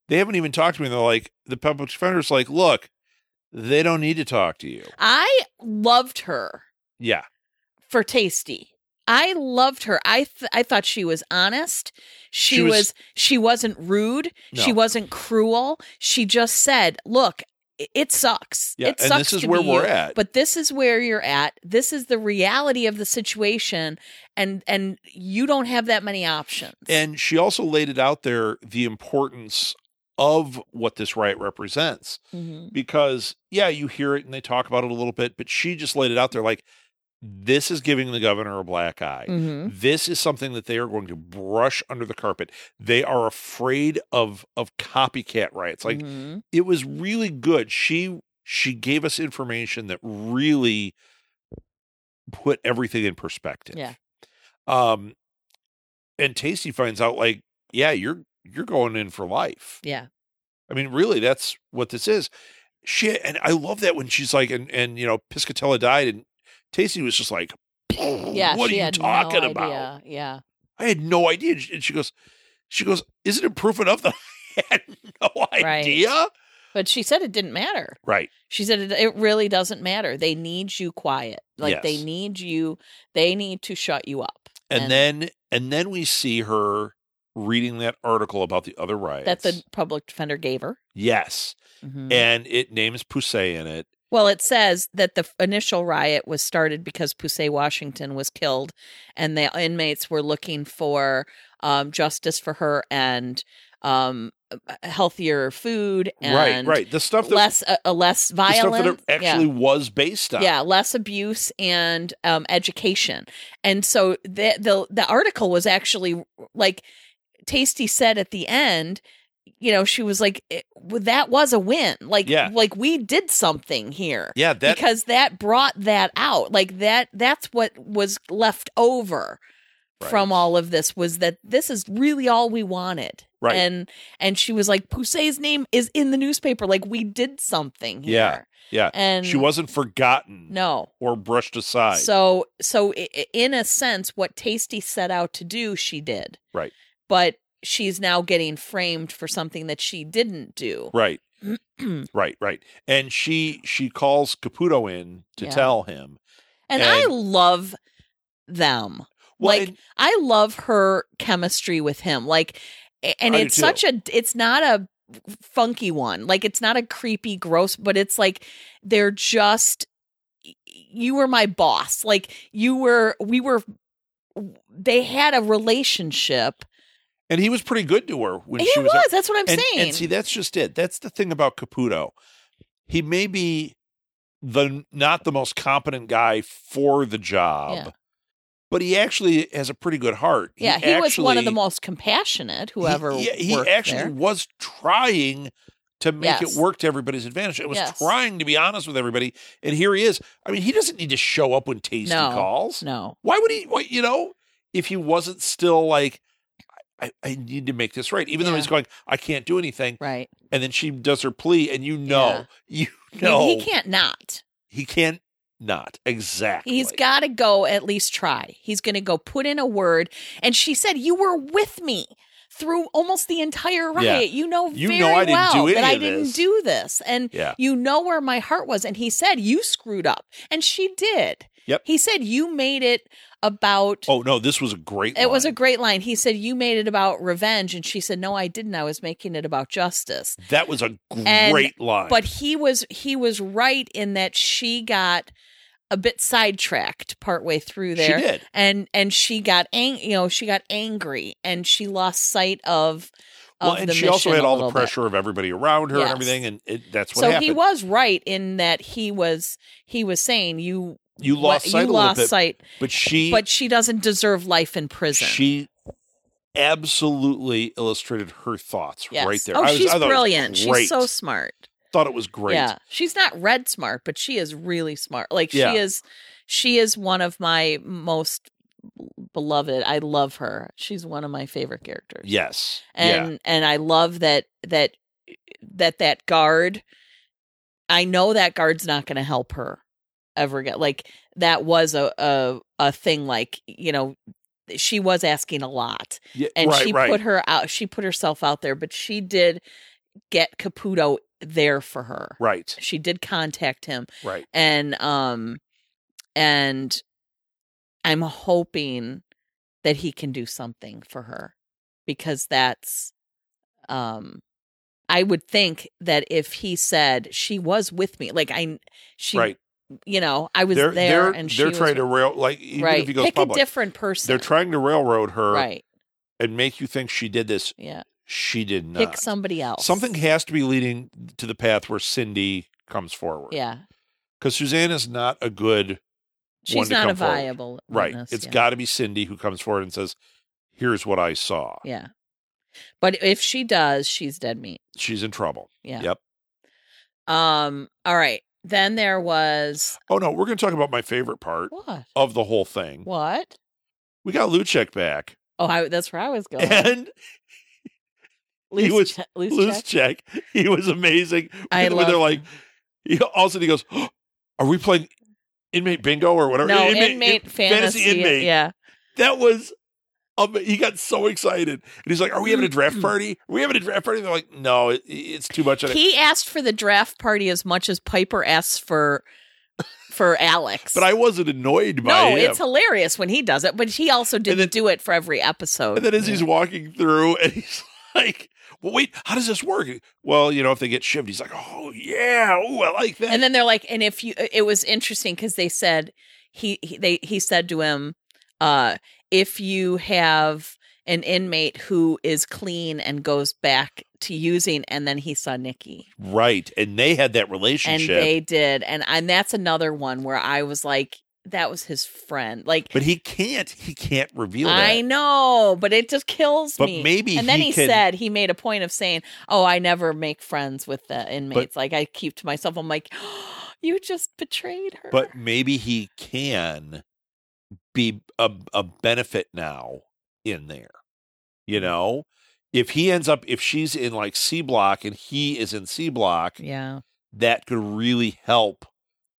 [SPEAKER 3] they haven't even talked to me. And they're like, the public defender's like, look, they don't need to talk to you.
[SPEAKER 4] I loved her
[SPEAKER 3] Yeah.
[SPEAKER 4] for Tasty. I loved her. I th- I thought she was honest. She,
[SPEAKER 3] She
[SPEAKER 4] was,
[SPEAKER 3] was-
[SPEAKER 4] she wasn't rude. She
[SPEAKER 3] No.
[SPEAKER 4] wasn't cruel. She just said, "Look, i- it sucks.
[SPEAKER 3] Yeah.
[SPEAKER 4] it sucks."
[SPEAKER 3] and this is
[SPEAKER 4] to
[SPEAKER 3] where
[SPEAKER 4] be
[SPEAKER 3] we're
[SPEAKER 4] you,
[SPEAKER 3] at.
[SPEAKER 4] But this is where you're at. This is the reality of the situation, and and you don't have that many options.
[SPEAKER 3] And she also laid it out there the importance of what this riot represents.
[SPEAKER 4] Mhm.
[SPEAKER 3] Because, yeah, you hear it and they talk about it a little bit, but she just laid it out there like, this is giving the governor a black eye.
[SPEAKER 4] Mhm.
[SPEAKER 3] This is something that they are going to brush under the carpet. They are afraid of of copycat riots. Like
[SPEAKER 4] Mhm.
[SPEAKER 3] it was really good. She she gave us information that really put everything in perspective.
[SPEAKER 4] Yeah.
[SPEAKER 3] Um and Tasty finds out like, yeah, you're you're going in for life.
[SPEAKER 4] yeah,
[SPEAKER 3] I mean, really, that's what this is. Shit, and I love that when she's like, and and you know, Piscatella died, and Tasty was just like,
[SPEAKER 4] yeah.
[SPEAKER 3] what are
[SPEAKER 4] she
[SPEAKER 3] you
[SPEAKER 4] had no
[SPEAKER 3] talking about?
[SPEAKER 4] idea. Yeah,
[SPEAKER 3] I had no idea. And she- And she goes, she goes, isn't it proof enough that I had no
[SPEAKER 4] Right.
[SPEAKER 3] idea? Right.
[SPEAKER 4] but she said it didn't matter. She said it, it really doesn't matter. They need you quiet. Like they
[SPEAKER 3] Yes.
[SPEAKER 4] need you. They need to shut you up.
[SPEAKER 3] And,
[SPEAKER 4] And-
[SPEAKER 3] then and then we see her reading that article about the other riots.
[SPEAKER 4] That the public defender gave her.
[SPEAKER 3] yes,
[SPEAKER 4] Mhm.
[SPEAKER 3] and it names Poussey in it.
[SPEAKER 4] Well, it says that the f- initial riot was started because Poussey Washington was killed, and the inmates were looking for um, justice for her and um, healthier food and
[SPEAKER 3] right, right. The stuff that
[SPEAKER 4] less a, a less
[SPEAKER 3] the stuff
[SPEAKER 4] violent.
[SPEAKER 3] that it
[SPEAKER 4] Yeah.
[SPEAKER 3] actually was based on.
[SPEAKER 4] Yeah, less abuse and um, education. And so the, the the article was actually like Tasty said at the end. You know, she was like, it, well, "That was a win. Like,
[SPEAKER 3] Yeah.
[SPEAKER 4] like we did something here."
[SPEAKER 3] Yeah, that
[SPEAKER 4] because that brought that out like that that's what was left over from
[SPEAKER 3] Right.
[SPEAKER 4] all of this was that this is really all we wanted
[SPEAKER 3] Right.
[SPEAKER 4] and and she was like Poussey's name is in the newspaper like we did something
[SPEAKER 3] Yeah,
[SPEAKER 4] here.
[SPEAKER 3] yeah.
[SPEAKER 4] and
[SPEAKER 3] she wasn't forgotten
[SPEAKER 4] no
[SPEAKER 3] or brushed aside.
[SPEAKER 4] so so i- i- in a sense what tasty set out to do she did
[SPEAKER 3] Right.
[SPEAKER 4] but she's now getting framed for something that she didn't do (clears throat)
[SPEAKER 3] right. Right, right. And she she calls Caputo in to
[SPEAKER 4] Yeah.
[SPEAKER 3] tell him.
[SPEAKER 4] and i
[SPEAKER 3] And-
[SPEAKER 4] love them
[SPEAKER 3] Well,
[SPEAKER 4] Like,
[SPEAKER 3] and-
[SPEAKER 4] I love her chemistry with him. Like, a- and
[SPEAKER 3] I do
[SPEAKER 4] it's such a, it's not a funky one. Like, it's not a creepy, gross, but it's like they're just, y- you were my boss. Like, you were, we were, they had a relationship.
[SPEAKER 3] and he was pretty good to her when
[SPEAKER 4] He
[SPEAKER 3] she
[SPEAKER 4] was.
[SPEAKER 3] was out-
[SPEAKER 4] that's what I'm
[SPEAKER 3] and,
[SPEAKER 4] saying.
[SPEAKER 3] and see, that's just it. That's the thing about Caputo. He may be the not the most competent guy for the job,
[SPEAKER 4] Yeah.
[SPEAKER 3] but he actually has a pretty good heart. He
[SPEAKER 4] yeah, he was one of the
[SPEAKER 3] actually-
[SPEAKER 4] most compassionate.
[SPEAKER 3] he-
[SPEAKER 4] Whoever
[SPEAKER 3] yeah, he,
[SPEAKER 4] worked
[SPEAKER 3] actually
[SPEAKER 4] there.
[SPEAKER 3] was trying to make
[SPEAKER 4] Yes.
[SPEAKER 3] it work to everybody's advantage. It was
[SPEAKER 4] Yes.
[SPEAKER 3] trying to be honest with everybody, and here he is. I mean, he doesn't need to show up when Tasty
[SPEAKER 4] No.
[SPEAKER 3] calls.
[SPEAKER 4] No,
[SPEAKER 3] Why would he? Why, you know, if he wasn't still like, I, I need to make this right, even though
[SPEAKER 4] Yeah.
[SPEAKER 3] he's going, I can't do anything
[SPEAKER 4] right.
[SPEAKER 3] and then she does her plea, and you know, you know,
[SPEAKER 4] He, he can't not.
[SPEAKER 3] he can't not exactly.
[SPEAKER 4] He's got to go at least try. He's going to go put in a word. And she said, "You were with me through almost the entire riot.
[SPEAKER 3] Yeah.
[SPEAKER 4] You know
[SPEAKER 3] You
[SPEAKER 4] very
[SPEAKER 3] know I didn't
[SPEAKER 4] well
[SPEAKER 3] do
[SPEAKER 4] that
[SPEAKER 3] any
[SPEAKER 4] I
[SPEAKER 3] of
[SPEAKER 4] didn't
[SPEAKER 3] this."
[SPEAKER 4] do this, and
[SPEAKER 3] Yeah.
[SPEAKER 4] you know where my heart was." And he said, "You screwed up," and she did.
[SPEAKER 3] Yep.
[SPEAKER 4] He said, "You made it about."
[SPEAKER 3] Oh no, this was a great.
[SPEAKER 4] It was a
[SPEAKER 3] line.
[SPEAKER 4] great line. He said, You made it about revenge. And she said, No, I didn't. I was making it about justice
[SPEAKER 3] that was a great
[SPEAKER 4] And-
[SPEAKER 3] line.
[SPEAKER 4] but he was he was right in that she got a bit sidetracked partway through there
[SPEAKER 3] she did.
[SPEAKER 4] and and she got ang- you know she got angry and she lost sight of, of
[SPEAKER 3] Well, and
[SPEAKER 4] the
[SPEAKER 3] she also
[SPEAKER 4] mission
[SPEAKER 3] had
[SPEAKER 4] a
[SPEAKER 3] all the
[SPEAKER 4] little bit.
[SPEAKER 3] pressure of everybody around her
[SPEAKER 4] Yes.
[SPEAKER 3] and everything, and it, that's what
[SPEAKER 4] so
[SPEAKER 3] happened.
[SPEAKER 4] he was right in that he was he was saying you
[SPEAKER 3] you lost
[SPEAKER 4] what-
[SPEAKER 3] sight
[SPEAKER 4] you
[SPEAKER 3] a
[SPEAKER 4] lost
[SPEAKER 3] little bit,
[SPEAKER 4] sight
[SPEAKER 3] but she,
[SPEAKER 4] but she doesn't deserve life in prison
[SPEAKER 3] she absolutely illustrated her thoughts
[SPEAKER 4] Yes.
[SPEAKER 3] right there.
[SPEAKER 4] oh
[SPEAKER 3] I was-
[SPEAKER 4] she's
[SPEAKER 3] I thought it was
[SPEAKER 4] brilliant she's
[SPEAKER 3] great.
[SPEAKER 4] so smart
[SPEAKER 3] thought it was great.
[SPEAKER 4] Yeah, she's not red smart, but she is really smart. Like
[SPEAKER 3] Yeah.
[SPEAKER 4] she is, she is one of my most beloved. I love her. She's one of my favorite characters.
[SPEAKER 3] Yes.
[SPEAKER 4] and and I love that that that that guard I know that guard's not going to help her ever get like that was a a a thing like, you know, she was asking a lot
[SPEAKER 3] Yeah,
[SPEAKER 4] and
[SPEAKER 3] right,
[SPEAKER 4] she
[SPEAKER 3] right.
[SPEAKER 4] put her out she put herself out there but she did get Caputo there for her.
[SPEAKER 3] right,
[SPEAKER 4] She did contact him
[SPEAKER 3] right.
[SPEAKER 4] and um and i'm hoping that he can do something for her because that's um i would think that if he said she was with me like i she
[SPEAKER 3] right.
[SPEAKER 4] you know i was
[SPEAKER 3] they're
[SPEAKER 4] there
[SPEAKER 3] they're,
[SPEAKER 4] and she
[SPEAKER 3] they're
[SPEAKER 4] was-
[SPEAKER 3] trying to rail like even
[SPEAKER 4] right
[SPEAKER 3] if he goes
[SPEAKER 4] pick
[SPEAKER 3] public,
[SPEAKER 4] a different person
[SPEAKER 3] they're trying to railroad her
[SPEAKER 4] right
[SPEAKER 3] and make you think she did this.
[SPEAKER 4] yeah
[SPEAKER 3] She did not.
[SPEAKER 4] pick somebody else
[SPEAKER 3] Something has to be leading to the path where Cindy comes forward.
[SPEAKER 4] yeah
[SPEAKER 3] because Suzanne is not a good
[SPEAKER 4] she's
[SPEAKER 3] to
[SPEAKER 4] not a
[SPEAKER 3] come forward.
[SPEAKER 4] viable
[SPEAKER 3] right.
[SPEAKER 4] witness,
[SPEAKER 3] It's
[SPEAKER 4] yeah.
[SPEAKER 3] got to be Cindy who comes forward and says, "Here's what I saw."
[SPEAKER 4] yeah but if she does she's dead meat
[SPEAKER 3] She's in trouble.
[SPEAKER 4] Yeah.
[SPEAKER 3] Yep.
[SPEAKER 4] Um. All right. Then there was
[SPEAKER 3] Oh no, we're going to talk about my favorite part
[SPEAKER 4] what?
[SPEAKER 3] of the whole thing.
[SPEAKER 4] What?
[SPEAKER 3] We got Luchek back,
[SPEAKER 4] Oh, I, that's where
[SPEAKER 3] (laughs)
[SPEAKER 4] I was going.
[SPEAKER 3] and he was
[SPEAKER 4] che- loose
[SPEAKER 3] Luchek,
[SPEAKER 4] check?
[SPEAKER 3] he was amazing.
[SPEAKER 4] I
[SPEAKER 3] When
[SPEAKER 4] love
[SPEAKER 3] they're like, he, all of a sudden he goes, "Oh, "Are we playing inmate bingo or whatever?"
[SPEAKER 4] no
[SPEAKER 3] Inmate-
[SPEAKER 4] inmate,
[SPEAKER 3] in-
[SPEAKER 4] fantasy.
[SPEAKER 3] inmate.
[SPEAKER 4] Yeah.
[SPEAKER 3] That was. Um, he got so excited, and he's like, "Are we having a
[SPEAKER 4] (clears throat)
[SPEAKER 3] draft party? Are we having a draft party?" And they're like, "No, it, it's too much." on it."
[SPEAKER 4] He asked for the draft party as much as Piper asks for for Alex.
[SPEAKER 3] But I wasn't annoyed by
[SPEAKER 4] no,
[SPEAKER 3] him.
[SPEAKER 4] it's hilarious when he does it, but he also didn't
[SPEAKER 3] then-
[SPEAKER 4] do it for every episode.
[SPEAKER 3] and then as he's walking through, (laughs) and he's like, "Well, wait, how does this work?" Well, you know, if they get shivved, he's like, "Oh yeah, oh I like that."
[SPEAKER 4] and then they're like, and if you, it was interesting because they said he, he they he said to him, uh, if you have an inmate who is clean and goes back to using, and then he saw Nikki,
[SPEAKER 3] right, and they had that
[SPEAKER 4] and
[SPEAKER 3] relationship,
[SPEAKER 4] they did, and and that's another one where I was like, that was his friend, like.
[SPEAKER 3] but he can't. He can't reveal
[SPEAKER 4] I
[SPEAKER 3] that.
[SPEAKER 4] know, but it just kills
[SPEAKER 3] But
[SPEAKER 4] me.
[SPEAKER 3] maybe
[SPEAKER 4] and then
[SPEAKER 3] he
[SPEAKER 4] he,
[SPEAKER 3] can-
[SPEAKER 4] said he made a point of saying, "Oh, I never make friends with the inmates. like I keep to myself." I'm like, (gasps) "You just betrayed her."
[SPEAKER 3] But maybe he can be a, a benefit now in there.
[SPEAKER 4] Mm.
[SPEAKER 3] You know, if he ends up, if she's in like C block and he is in C block,
[SPEAKER 4] yeah,
[SPEAKER 3] that could really help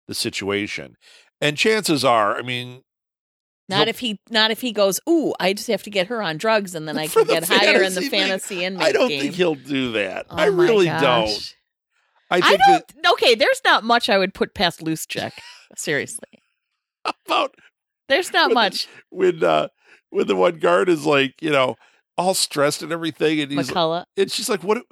[SPEAKER 3] the situation. And chances are, I mean,
[SPEAKER 4] Not
[SPEAKER 3] He'll-
[SPEAKER 4] if he not if he goes, ooh, I just have to get her on drugs and then I
[SPEAKER 3] (laughs) For
[SPEAKER 4] can
[SPEAKER 3] the
[SPEAKER 4] get higher in
[SPEAKER 3] fantasy
[SPEAKER 4] the
[SPEAKER 3] thing,
[SPEAKER 4] fantasy inmate
[SPEAKER 3] I don't
[SPEAKER 4] game.
[SPEAKER 3] think he'll do that.
[SPEAKER 4] Oh
[SPEAKER 3] I
[SPEAKER 4] my
[SPEAKER 3] really
[SPEAKER 4] gosh.
[SPEAKER 3] don't. I
[SPEAKER 4] I,
[SPEAKER 3] think
[SPEAKER 4] don't okay, there's not much I would put past
[SPEAKER 3] (laughs)
[SPEAKER 4] loose check. Seriously.
[SPEAKER 3] that (laughs) about
[SPEAKER 4] There's not
[SPEAKER 3] But
[SPEAKER 4] much.
[SPEAKER 3] when uh when the one guard is like, you know, all stressed and everything and he's
[SPEAKER 4] McCullough.
[SPEAKER 3] and she's like, What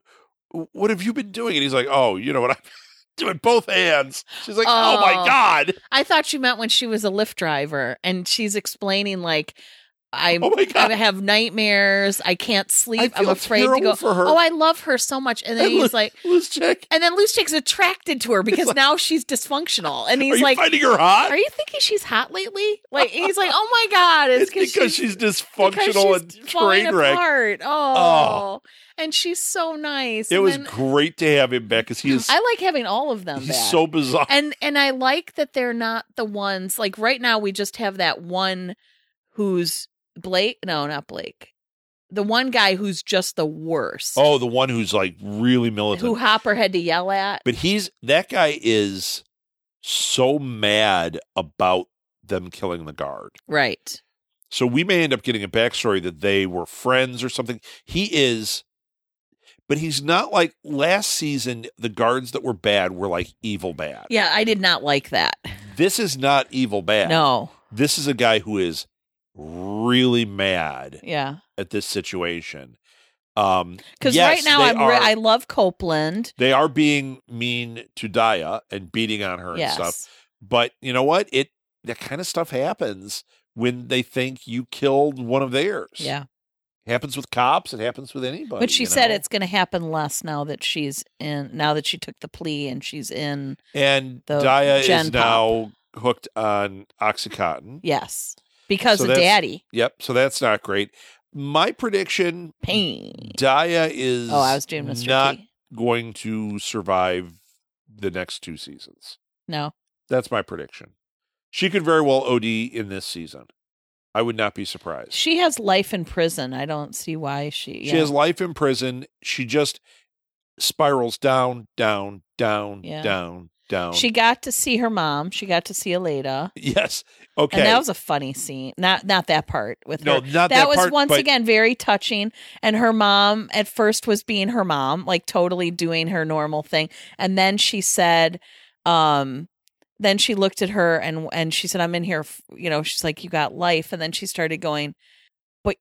[SPEAKER 3] what have you been doing? And he's like, Oh, you know what I'm (laughs) doing both hands. She's like, Oh, my
[SPEAKER 4] Oh.
[SPEAKER 3] God.
[SPEAKER 4] I thought you meant when she was a Lyft driver and she's explaining like I'm
[SPEAKER 3] Oh my
[SPEAKER 4] I
[SPEAKER 3] God.
[SPEAKER 4] have nightmares. I can't sleep.
[SPEAKER 3] I
[SPEAKER 4] I'm
[SPEAKER 3] feel
[SPEAKER 4] afraid to
[SPEAKER 3] terrible
[SPEAKER 4] go.
[SPEAKER 3] for her.
[SPEAKER 4] Oh, I love her so much. And then
[SPEAKER 3] And
[SPEAKER 4] he's
[SPEAKER 3] Lu-
[SPEAKER 4] like,
[SPEAKER 3] Let's check.
[SPEAKER 4] and then Loose Jack's attracted to her because
[SPEAKER 3] like-
[SPEAKER 4] now she's dysfunctional.
[SPEAKER 3] (laughs)
[SPEAKER 4] And
[SPEAKER 3] Are
[SPEAKER 4] he's
[SPEAKER 3] you
[SPEAKER 4] like,
[SPEAKER 3] finding her hot?
[SPEAKER 4] Are you thinking she's hot lately? Like he's like, oh my god, it's,
[SPEAKER 3] it's because she's,
[SPEAKER 4] because
[SPEAKER 3] dysfunctional
[SPEAKER 4] she's
[SPEAKER 3] and
[SPEAKER 4] falling
[SPEAKER 3] train wreck.
[SPEAKER 4] apart. Oh. and she's so nice.
[SPEAKER 3] It
[SPEAKER 4] And
[SPEAKER 3] was
[SPEAKER 4] then-
[SPEAKER 3] great to have him back because he is
[SPEAKER 4] I like having all of them.
[SPEAKER 3] he's
[SPEAKER 4] back.
[SPEAKER 3] so bizarre.
[SPEAKER 4] and and I like that they're not the ones like right now. We just have that one who's Blake. No, not Blake. The one guy who's just the worst.
[SPEAKER 3] Oh, the one who's like really militant.
[SPEAKER 4] who Hopper had to yell at.
[SPEAKER 3] but he's that guy is so mad about them killing the guard.
[SPEAKER 4] Right.
[SPEAKER 3] So we may end up getting a backstory that they were friends or something. He is, but he's not like last season. The guards that were bad were like evil bad.
[SPEAKER 4] Yeah, I did not like that.
[SPEAKER 3] This is not evil bad.
[SPEAKER 4] No.
[SPEAKER 3] this is a guy who is really mad
[SPEAKER 4] Yeah.
[SPEAKER 3] at this situation. Um,
[SPEAKER 4] Because
[SPEAKER 3] yes,
[SPEAKER 4] right now
[SPEAKER 3] they
[SPEAKER 4] I'm
[SPEAKER 3] are,
[SPEAKER 4] re- I love Copeland.
[SPEAKER 3] they are being mean to Daya and beating on her
[SPEAKER 4] yes.
[SPEAKER 3] and stuff. But you know what? It that kind of stuff happens when they think you killed one of theirs.
[SPEAKER 4] Yeah.
[SPEAKER 3] happens with cops. It happens with anybody.
[SPEAKER 4] But she
[SPEAKER 3] you
[SPEAKER 4] said
[SPEAKER 3] know?
[SPEAKER 4] it's going to happen less now that she's in. Now that she took the plea and she's in.
[SPEAKER 3] and
[SPEAKER 4] the
[SPEAKER 3] Daya is
[SPEAKER 4] Gen Pop.
[SPEAKER 3] now hooked on OxyContin.
[SPEAKER 4] Yes, because
[SPEAKER 3] So
[SPEAKER 4] of
[SPEAKER 3] that's-
[SPEAKER 4] Daddy
[SPEAKER 3] Yep. So that's not great. My prediction:
[SPEAKER 4] Pain.
[SPEAKER 3] Daya is
[SPEAKER 4] Oh, I was doing Mr.
[SPEAKER 3] not
[SPEAKER 4] T.
[SPEAKER 3] going to survive the next two seasons.
[SPEAKER 4] No,
[SPEAKER 3] That's my prediction. She could very well OD in this season. I would not be surprised.
[SPEAKER 4] she has life in prison. I don't see why she.
[SPEAKER 3] She has life in prison. She just spirals down, down, down,
[SPEAKER 4] Yeah.
[SPEAKER 3] down, down.
[SPEAKER 4] She got to see her mom. She got to see Aleda.
[SPEAKER 3] yes. Okay.
[SPEAKER 4] And that was a funny scene. Not not that part with
[SPEAKER 3] no,
[SPEAKER 4] her.
[SPEAKER 3] not that,
[SPEAKER 4] that, was
[SPEAKER 3] part,
[SPEAKER 4] once
[SPEAKER 3] but
[SPEAKER 4] again very touching and her mom at first was being her mom like totally doing her normal thing and then she said um then she looked at her and and she said i'm in here f-, you know she's like you got life and then she started going but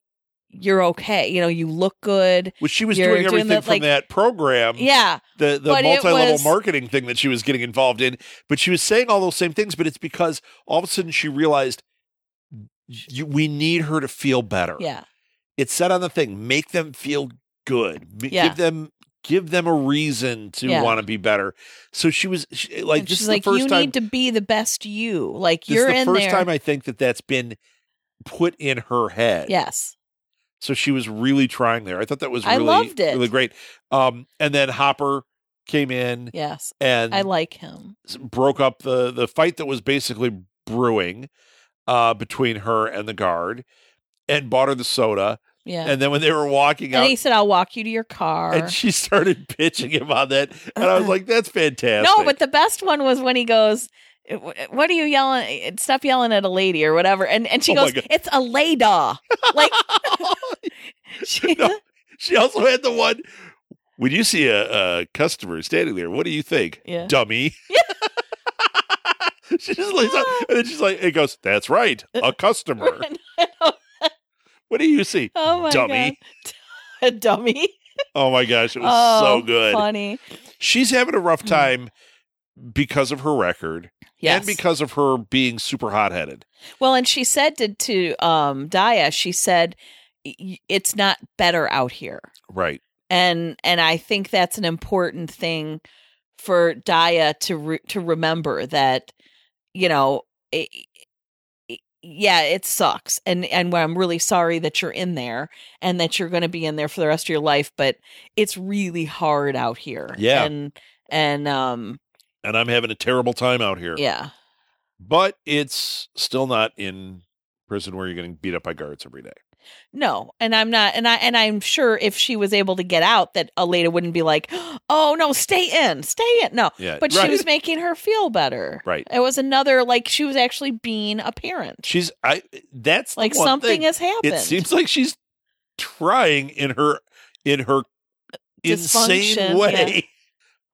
[SPEAKER 4] you're okay you know you look good
[SPEAKER 3] Well, she was
[SPEAKER 4] you're
[SPEAKER 3] doing
[SPEAKER 4] doing
[SPEAKER 3] everything
[SPEAKER 4] that,
[SPEAKER 3] from
[SPEAKER 4] like-
[SPEAKER 3] that program.
[SPEAKER 4] yeah
[SPEAKER 3] the the
[SPEAKER 4] But it
[SPEAKER 3] multi-level
[SPEAKER 4] was-
[SPEAKER 3] marketing thing that she was getting involved in but she was saying all those same things but it's because all of a sudden she realized you, we need her to feel better
[SPEAKER 4] yeah
[SPEAKER 3] it said on the thing make them feel good M-
[SPEAKER 4] Yeah.
[SPEAKER 3] give them give them a reason to
[SPEAKER 4] Yeah.
[SPEAKER 3] want to be better so she was she, like
[SPEAKER 4] and
[SPEAKER 3] this
[SPEAKER 4] she's
[SPEAKER 3] is
[SPEAKER 4] like
[SPEAKER 3] the first
[SPEAKER 4] you
[SPEAKER 3] time
[SPEAKER 4] need to be the best you like
[SPEAKER 3] this
[SPEAKER 4] you're
[SPEAKER 3] is the
[SPEAKER 4] in
[SPEAKER 3] first
[SPEAKER 4] there
[SPEAKER 3] time i think that that's been put in her head
[SPEAKER 4] yes
[SPEAKER 3] so she was really trying there i thought that was
[SPEAKER 4] I
[SPEAKER 3] really
[SPEAKER 4] loved it.
[SPEAKER 3] really great um and then hopper came in
[SPEAKER 4] yes
[SPEAKER 3] and
[SPEAKER 4] i like him
[SPEAKER 3] s- broke up the the fight that was basically brewing uh between her and the guard and bought her the soda
[SPEAKER 4] yeah and,
[SPEAKER 3] and then when they were walking out
[SPEAKER 4] he said i'll walk you to your car Uh-huh.
[SPEAKER 3] and she started pitching him on that and i was like that's fantastic
[SPEAKER 4] No, but the best one was when he goes, "Eh, "What are you yelling? Stop yelling at a lady or whatever." And and she
[SPEAKER 3] Oh my
[SPEAKER 4] goes,
[SPEAKER 3] God.
[SPEAKER 4] "It's a lady."
[SPEAKER 3] (laughs)
[SPEAKER 4] Like (laughs) she,
[SPEAKER 3] No. she also had the one when you see a, a customer standing there what do you think
[SPEAKER 4] (laughs) yeah,
[SPEAKER 3] dummy (laughs) she just lays out and then she's like it goes that's right
[SPEAKER 4] Uh,
[SPEAKER 3] a customer what do you see
[SPEAKER 4] (laughs) oh my
[SPEAKER 3] Dummy.
[SPEAKER 4] god, (laughs) a dummy.
[SPEAKER 3] oh my gosh it was
[SPEAKER 4] oh,
[SPEAKER 3] so good
[SPEAKER 4] funny.
[SPEAKER 3] she's having a rough
[SPEAKER 4] Mm.
[SPEAKER 3] time because of her record
[SPEAKER 4] Yes.
[SPEAKER 3] and because of her being super hot-headed.
[SPEAKER 4] well, and she said to to um Daya, she said, "Y- y- "It's not better out here."
[SPEAKER 3] Right.
[SPEAKER 4] and and I think that's an important thing for Daya to re- to remember that you know it, it- yeah it sucks and and I'm really sorry that you're in there and that you're going to be in there for the rest of your life but it's really hard out here
[SPEAKER 3] Yeah.
[SPEAKER 4] and and um
[SPEAKER 3] And I'm having a terrible time out here.
[SPEAKER 4] yeah
[SPEAKER 3] But it's still not in prison where you're getting beat up by guards every day.
[SPEAKER 4] no and I'm not and I and I'm sure if she was able to get out that Aleda wouldn't be like oh no stay in stay in no
[SPEAKER 3] Yeah.
[SPEAKER 4] but
[SPEAKER 3] Uh, right.
[SPEAKER 4] she was making her feel better.
[SPEAKER 3] Right.
[SPEAKER 4] It was another like she was actually being a parent.
[SPEAKER 3] She's I that's the
[SPEAKER 4] Like
[SPEAKER 3] one
[SPEAKER 4] something
[SPEAKER 3] thing.
[SPEAKER 4] has happened.
[SPEAKER 3] It seems like she's trying in her in her
[SPEAKER 4] Uh, Dysfunction,
[SPEAKER 3] insane way. (laughs)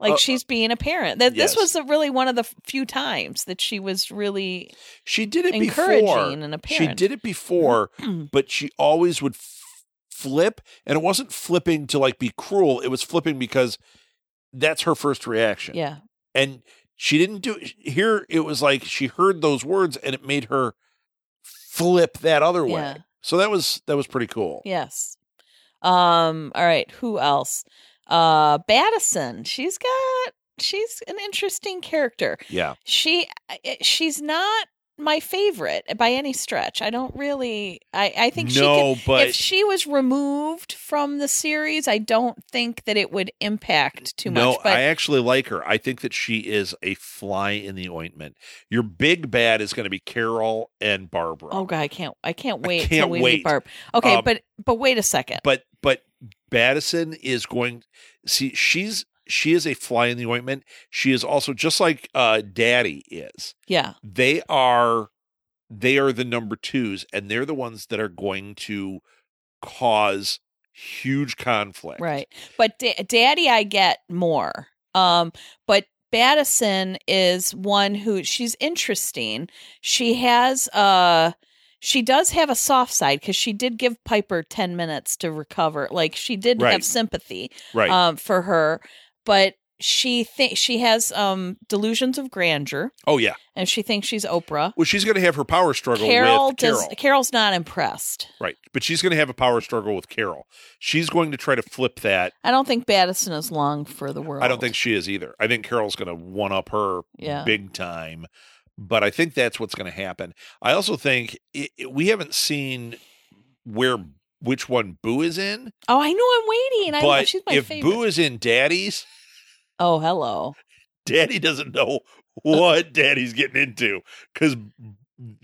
[SPEAKER 4] like
[SPEAKER 3] uh,
[SPEAKER 4] she's being a parent. That
[SPEAKER 3] yes.
[SPEAKER 4] this was a, really one of the few times that she was really
[SPEAKER 3] She did it
[SPEAKER 4] encouraging
[SPEAKER 3] before.
[SPEAKER 4] and a
[SPEAKER 3] She
[SPEAKER 4] parent.
[SPEAKER 3] did it before
[SPEAKER 4] (clears throat)
[SPEAKER 3] but she always would f- flip and it wasn't flipping to like be cruel it was flipping because that's her first reaction
[SPEAKER 4] yeah.
[SPEAKER 3] and she didn't do here it was like she heard those words and it made her flip that other way
[SPEAKER 4] Yeah.
[SPEAKER 3] so that was that was pretty cool
[SPEAKER 4] Yes. Um. All right. Who else? Uh, Battison. She's got. She's an interesting character.
[SPEAKER 3] yeah
[SPEAKER 4] she I- she's not my favorite by any stretch. I don't really. I I think she
[SPEAKER 3] No,
[SPEAKER 4] could,
[SPEAKER 3] but-
[SPEAKER 4] if she was removed from the series, I don't think that it would impact too
[SPEAKER 3] no
[SPEAKER 4] much. But
[SPEAKER 3] i actually like her i think that she is a fly in the ointment your big bad is going to be carol and barbara
[SPEAKER 4] oh god, I can't. I can't wait. till
[SPEAKER 3] can't
[SPEAKER 4] we
[SPEAKER 3] wait.
[SPEAKER 4] meet Barb. Okay,
[SPEAKER 3] Um,
[SPEAKER 4] but but wait a second.
[SPEAKER 3] but but Battison is going see she's she is a fly in the ointment. She is also just like uh Daddy is.
[SPEAKER 4] yeah,
[SPEAKER 3] They are they are the number twos and they're the ones that are going to cause huge conflict.
[SPEAKER 4] right. But da- Daddy, I get more. Um, but. Battison is one who she's interesting. She has uh she does have a soft side because she did give Piper 10 minutes to recover. Like she did
[SPEAKER 3] Right.
[SPEAKER 4] have sympathy
[SPEAKER 3] Right.
[SPEAKER 4] um for her, but she think she has um delusions of grandeur
[SPEAKER 3] oh yeah.
[SPEAKER 4] and she thinks she's Oprah.
[SPEAKER 3] Well she's gonna have her power struggle
[SPEAKER 4] Carol
[SPEAKER 3] with
[SPEAKER 4] does
[SPEAKER 3] Carol.
[SPEAKER 4] Carol's not impressed.
[SPEAKER 3] right. But she's gonna have a power struggle with Carol. She's going to try to flip that.
[SPEAKER 4] I don't think Battison is long for the world.
[SPEAKER 3] I don't think she is either. I think Carol's going to one up her
[SPEAKER 4] Yeah.
[SPEAKER 3] big time, but I think that's what's going to happen. I also think i i- we haven't seen where which one Boo is in,
[SPEAKER 4] Oh, I know I'm waiting. I know
[SPEAKER 3] but
[SPEAKER 4] she's my
[SPEAKER 3] if
[SPEAKER 4] favorite.
[SPEAKER 3] Boo is in Daddy's,
[SPEAKER 4] oh, hello.
[SPEAKER 3] Daddy doesn't know what Daddy's getting into because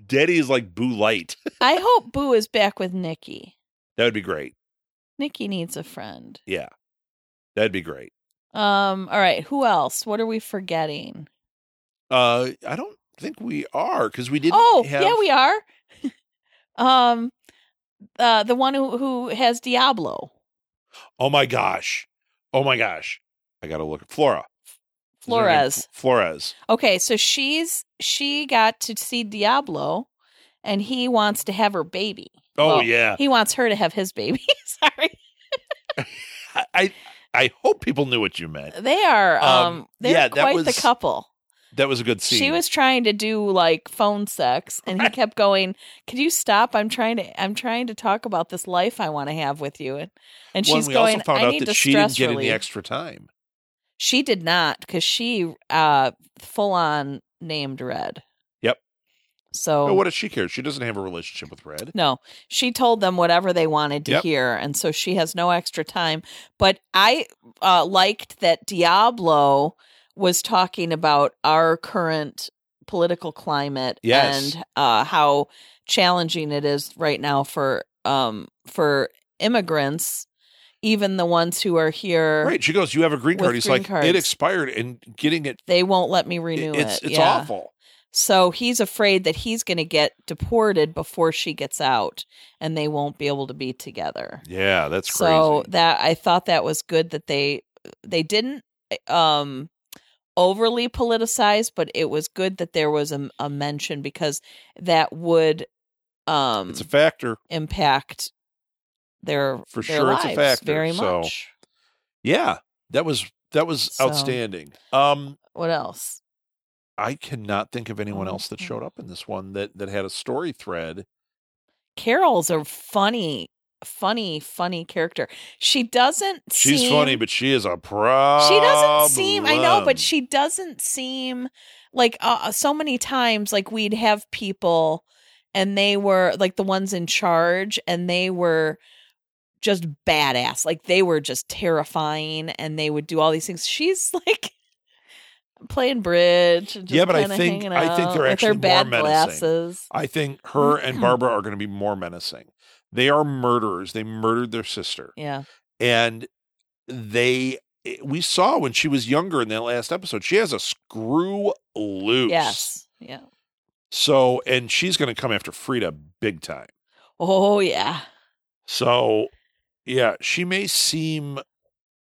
[SPEAKER 3] Daddy is like Boo Light.
[SPEAKER 4] I hope Boo is back with Nikki.
[SPEAKER 3] That would be great.
[SPEAKER 4] Nikki needs a friend.
[SPEAKER 3] That'd be great.
[SPEAKER 4] Um, all right, who else? What are we forgetting?
[SPEAKER 3] Uh, I don't think we are because we didn't.
[SPEAKER 4] Oh,
[SPEAKER 3] have,
[SPEAKER 4] yeah, we are. (laughs) um uh the one who who has Diablo.
[SPEAKER 3] Oh my gosh! Oh my gosh! I gotta look. Flora. Is her name
[SPEAKER 4] Flores.
[SPEAKER 3] F- Flores.
[SPEAKER 4] Okay, so she's she got to see Diablo and he wants to have her baby.
[SPEAKER 3] Oh
[SPEAKER 4] Well,
[SPEAKER 3] yeah.
[SPEAKER 4] He wants her to have his baby. (laughs) Sorry.
[SPEAKER 3] I, I I hope people knew what you meant.
[SPEAKER 4] They are um,
[SPEAKER 3] Um,
[SPEAKER 4] they're
[SPEAKER 3] yeah, that
[SPEAKER 4] quite the
[SPEAKER 3] was-
[SPEAKER 4] couple.
[SPEAKER 3] That was a good scene.
[SPEAKER 4] She was trying to do like phone sex and he
[SPEAKER 3] Right.
[SPEAKER 4] kept going, Could you stop? I'm trying to I'm trying to talk about this life I want to have with you and, and
[SPEAKER 3] Well,
[SPEAKER 4] she's
[SPEAKER 3] we
[SPEAKER 4] going
[SPEAKER 3] also found
[SPEAKER 4] I
[SPEAKER 3] out
[SPEAKER 4] need
[SPEAKER 3] that
[SPEAKER 4] to
[SPEAKER 3] she
[SPEAKER 4] stress
[SPEAKER 3] didn't get
[SPEAKER 4] relief.
[SPEAKER 3] any extra time.
[SPEAKER 4] She did not because she uh full on named Red.
[SPEAKER 3] Yep.
[SPEAKER 4] So Oh.
[SPEAKER 3] But what does she care? She doesn't have a relationship with Red.
[SPEAKER 4] no, she told them whatever they wanted to
[SPEAKER 3] Yep.
[SPEAKER 4] hear, and so she has no extra time. But I uh, liked that Diablo was talking about our current political climate
[SPEAKER 3] Yes.
[SPEAKER 4] and uh, how challenging it is right now for um for immigrants, even the ones who are here.
[SPEAKER 3] Right. She goes, You have a green
[SPEAKER 4] With
[SPEAKER 3] card. He's
[SPEAKER 4] green
[SPEAKER 3] like, It
[SPEAKER 4] cards.
[SPEAKER 3] expired and getting it.
[SPEAKER 4] They won't let me renew it.
[SPEAKER 3] it's it's
[SPEAKER 4] Yeah.
[SPEAKER 3] awful.
[SPEAKER 4] So he's afraid that he's going to get deported before she gets out and they won't be able to be together.
[SPEAKER 3] Yeah, that's
[SPEAKER 4] so that I thought that was good that they they didn't um overly politicize but it was good that there was a, a mention because that would um
[SPEAKER 3] It's a factor.
[SPEAKER 4] impact their
[SPEAKER 3] For
[SPEAKER 4] their
[SPEAKER 3] sure it's a
[SPEAKER 4] lives
[SPEAKER 3] factor,
[SPEAKER 4] very
[SPEAKER 3] so-
[SPEAKER 4] much.
[SPEAKER 3] Yeah. That was that was
[SPEAKER 4] So-
[SPEAKER 3] outstanding. Um
[SPEAKER 4] What else?
[SPEAKER 3] I cannot think of
[SPEAKER 4] Oh,
[SPEAKER 3] anyone else that showed up in this one that that had a story thread.
[SPEAKER 4] Carol's a funny funny funny character. She doesn't
[SPEAKER 3] She's
[SPEAKER 4] seem-
[SPEAKER 3] funny, but she is a problem.
[SPEAKER 4] she doesn't seem i know but she doesn't seem like uh, so many times like we'd have people and they were like the ones in charge and they were just badass like they were just terrifying and they would do all these things she's (laughs) like playing bridge and just
[SPEAKER 3] Yeah, but I
[SPEAKER 4] kinda
[SPEAKER 3] think-
[SPEAKER 4] hanging
[SPEAKER 3] I think
[SPEAKER 4] out
[SPEAKER 3] they're
[SPEAKER 4] with
[SPEAKER 3] actually
[SPEAKER 4] their
[SPEAKER 3] more
[SPEAKER 4] bad
[SPEAKER 3] menacing.
[SPEAKER 4] glasses
[SPEAKER 3] I think her and Barbara are going to be more menacing. They are murderers. They murdered their sister.
[SPEAKER 4] yeah
[SPEAKER 3] and they eh, we saw when she was younger in that last episode she has a screw loose
[SPEAKER 4] yes yeah
[SPEAKER 3] so and she's going to come after frida big time
[SPEAKER 4] oh yeah
[SPEAKER 3] so yeah she may seem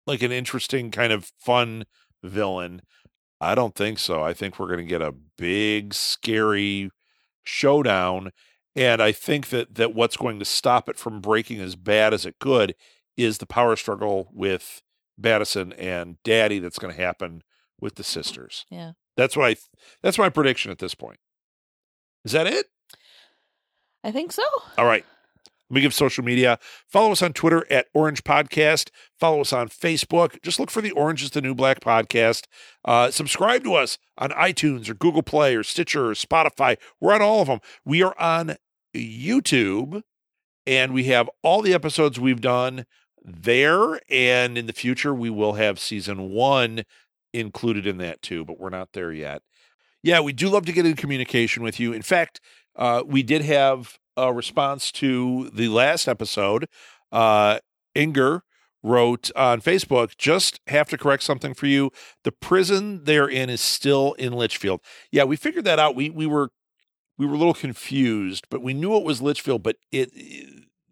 [SPEAKER 3] like an interesting kind of fun villain i don't think so i think we're going to get a big scary showdown and i think that that what's going to stop it from breaking as bad as it could is the power struggle with Madison and Daddy that's going to happen with the sisters.
[SPEAKER 4] Yeah.
[SPEAKER 3] That's what I that's my prediction at this point. Is that it?
[SPEAKER 4] i think so
[SPEAKER 3] All right. Let me give social media. Follow us on Twitter at Orange Podcast. Follow us on Facebook. Just look for the Orange is the New Black podcast. Uh, subscribe to us on iTunes or Google Play or Stitcher or Spotify. We're on all of them. We are on YouTube and we have all the episodes we've done there. And in the future, we will have season one included in that too, but we're not there yet. Yeah, we do love to get in communication with you. In fact, uh, we did have a response to the last episode. Uh, Inger wrote on Facebook, just have to correct something for you. The prison they're in is still in Litchfield. Yeah, we figured that out. We we were we were a little confused, but we knew it was Litchfield, but it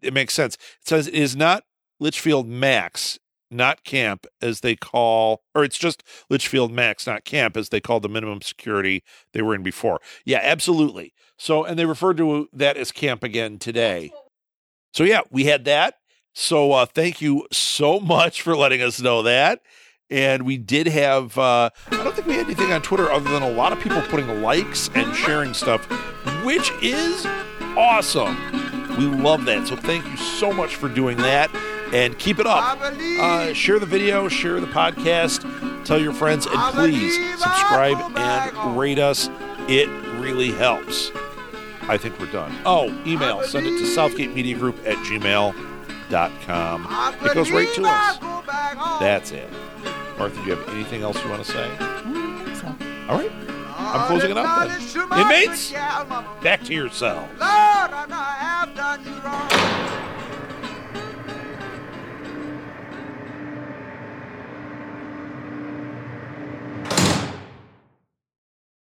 [SPEAKER 3] it, makes sense. It says it is not Litchfield Max, not camp as they call or it's just Litchfield Max, not camp as they call the minimum security they were in before. Yeah, absolutely. So, and they referred to that as camp again today. So, yeah, we had that. So, uh, thank you so much for letting us know that. And we did have, uh, I don't think we had anything on Twitter other than a lot of people putting likes and sharing stuff, which is awesome. We love that. So, thank you so much for doing that and keep it up. Uh, share the video, share the podcast, tell your friends, and please subscribe and rate us. It really helps. I think we're done. Oh, email. Send it to southgatemediagroup at gmail.com. It goes right to us. That's it. Martha, do you have anything else you want to say?
[SPEAKER 4] so.
[SPEAKER 3] All right. I'm closing it up then. Inmates, back to your cells.
[SPEAKER 2] Lord, I know I have done you wrong.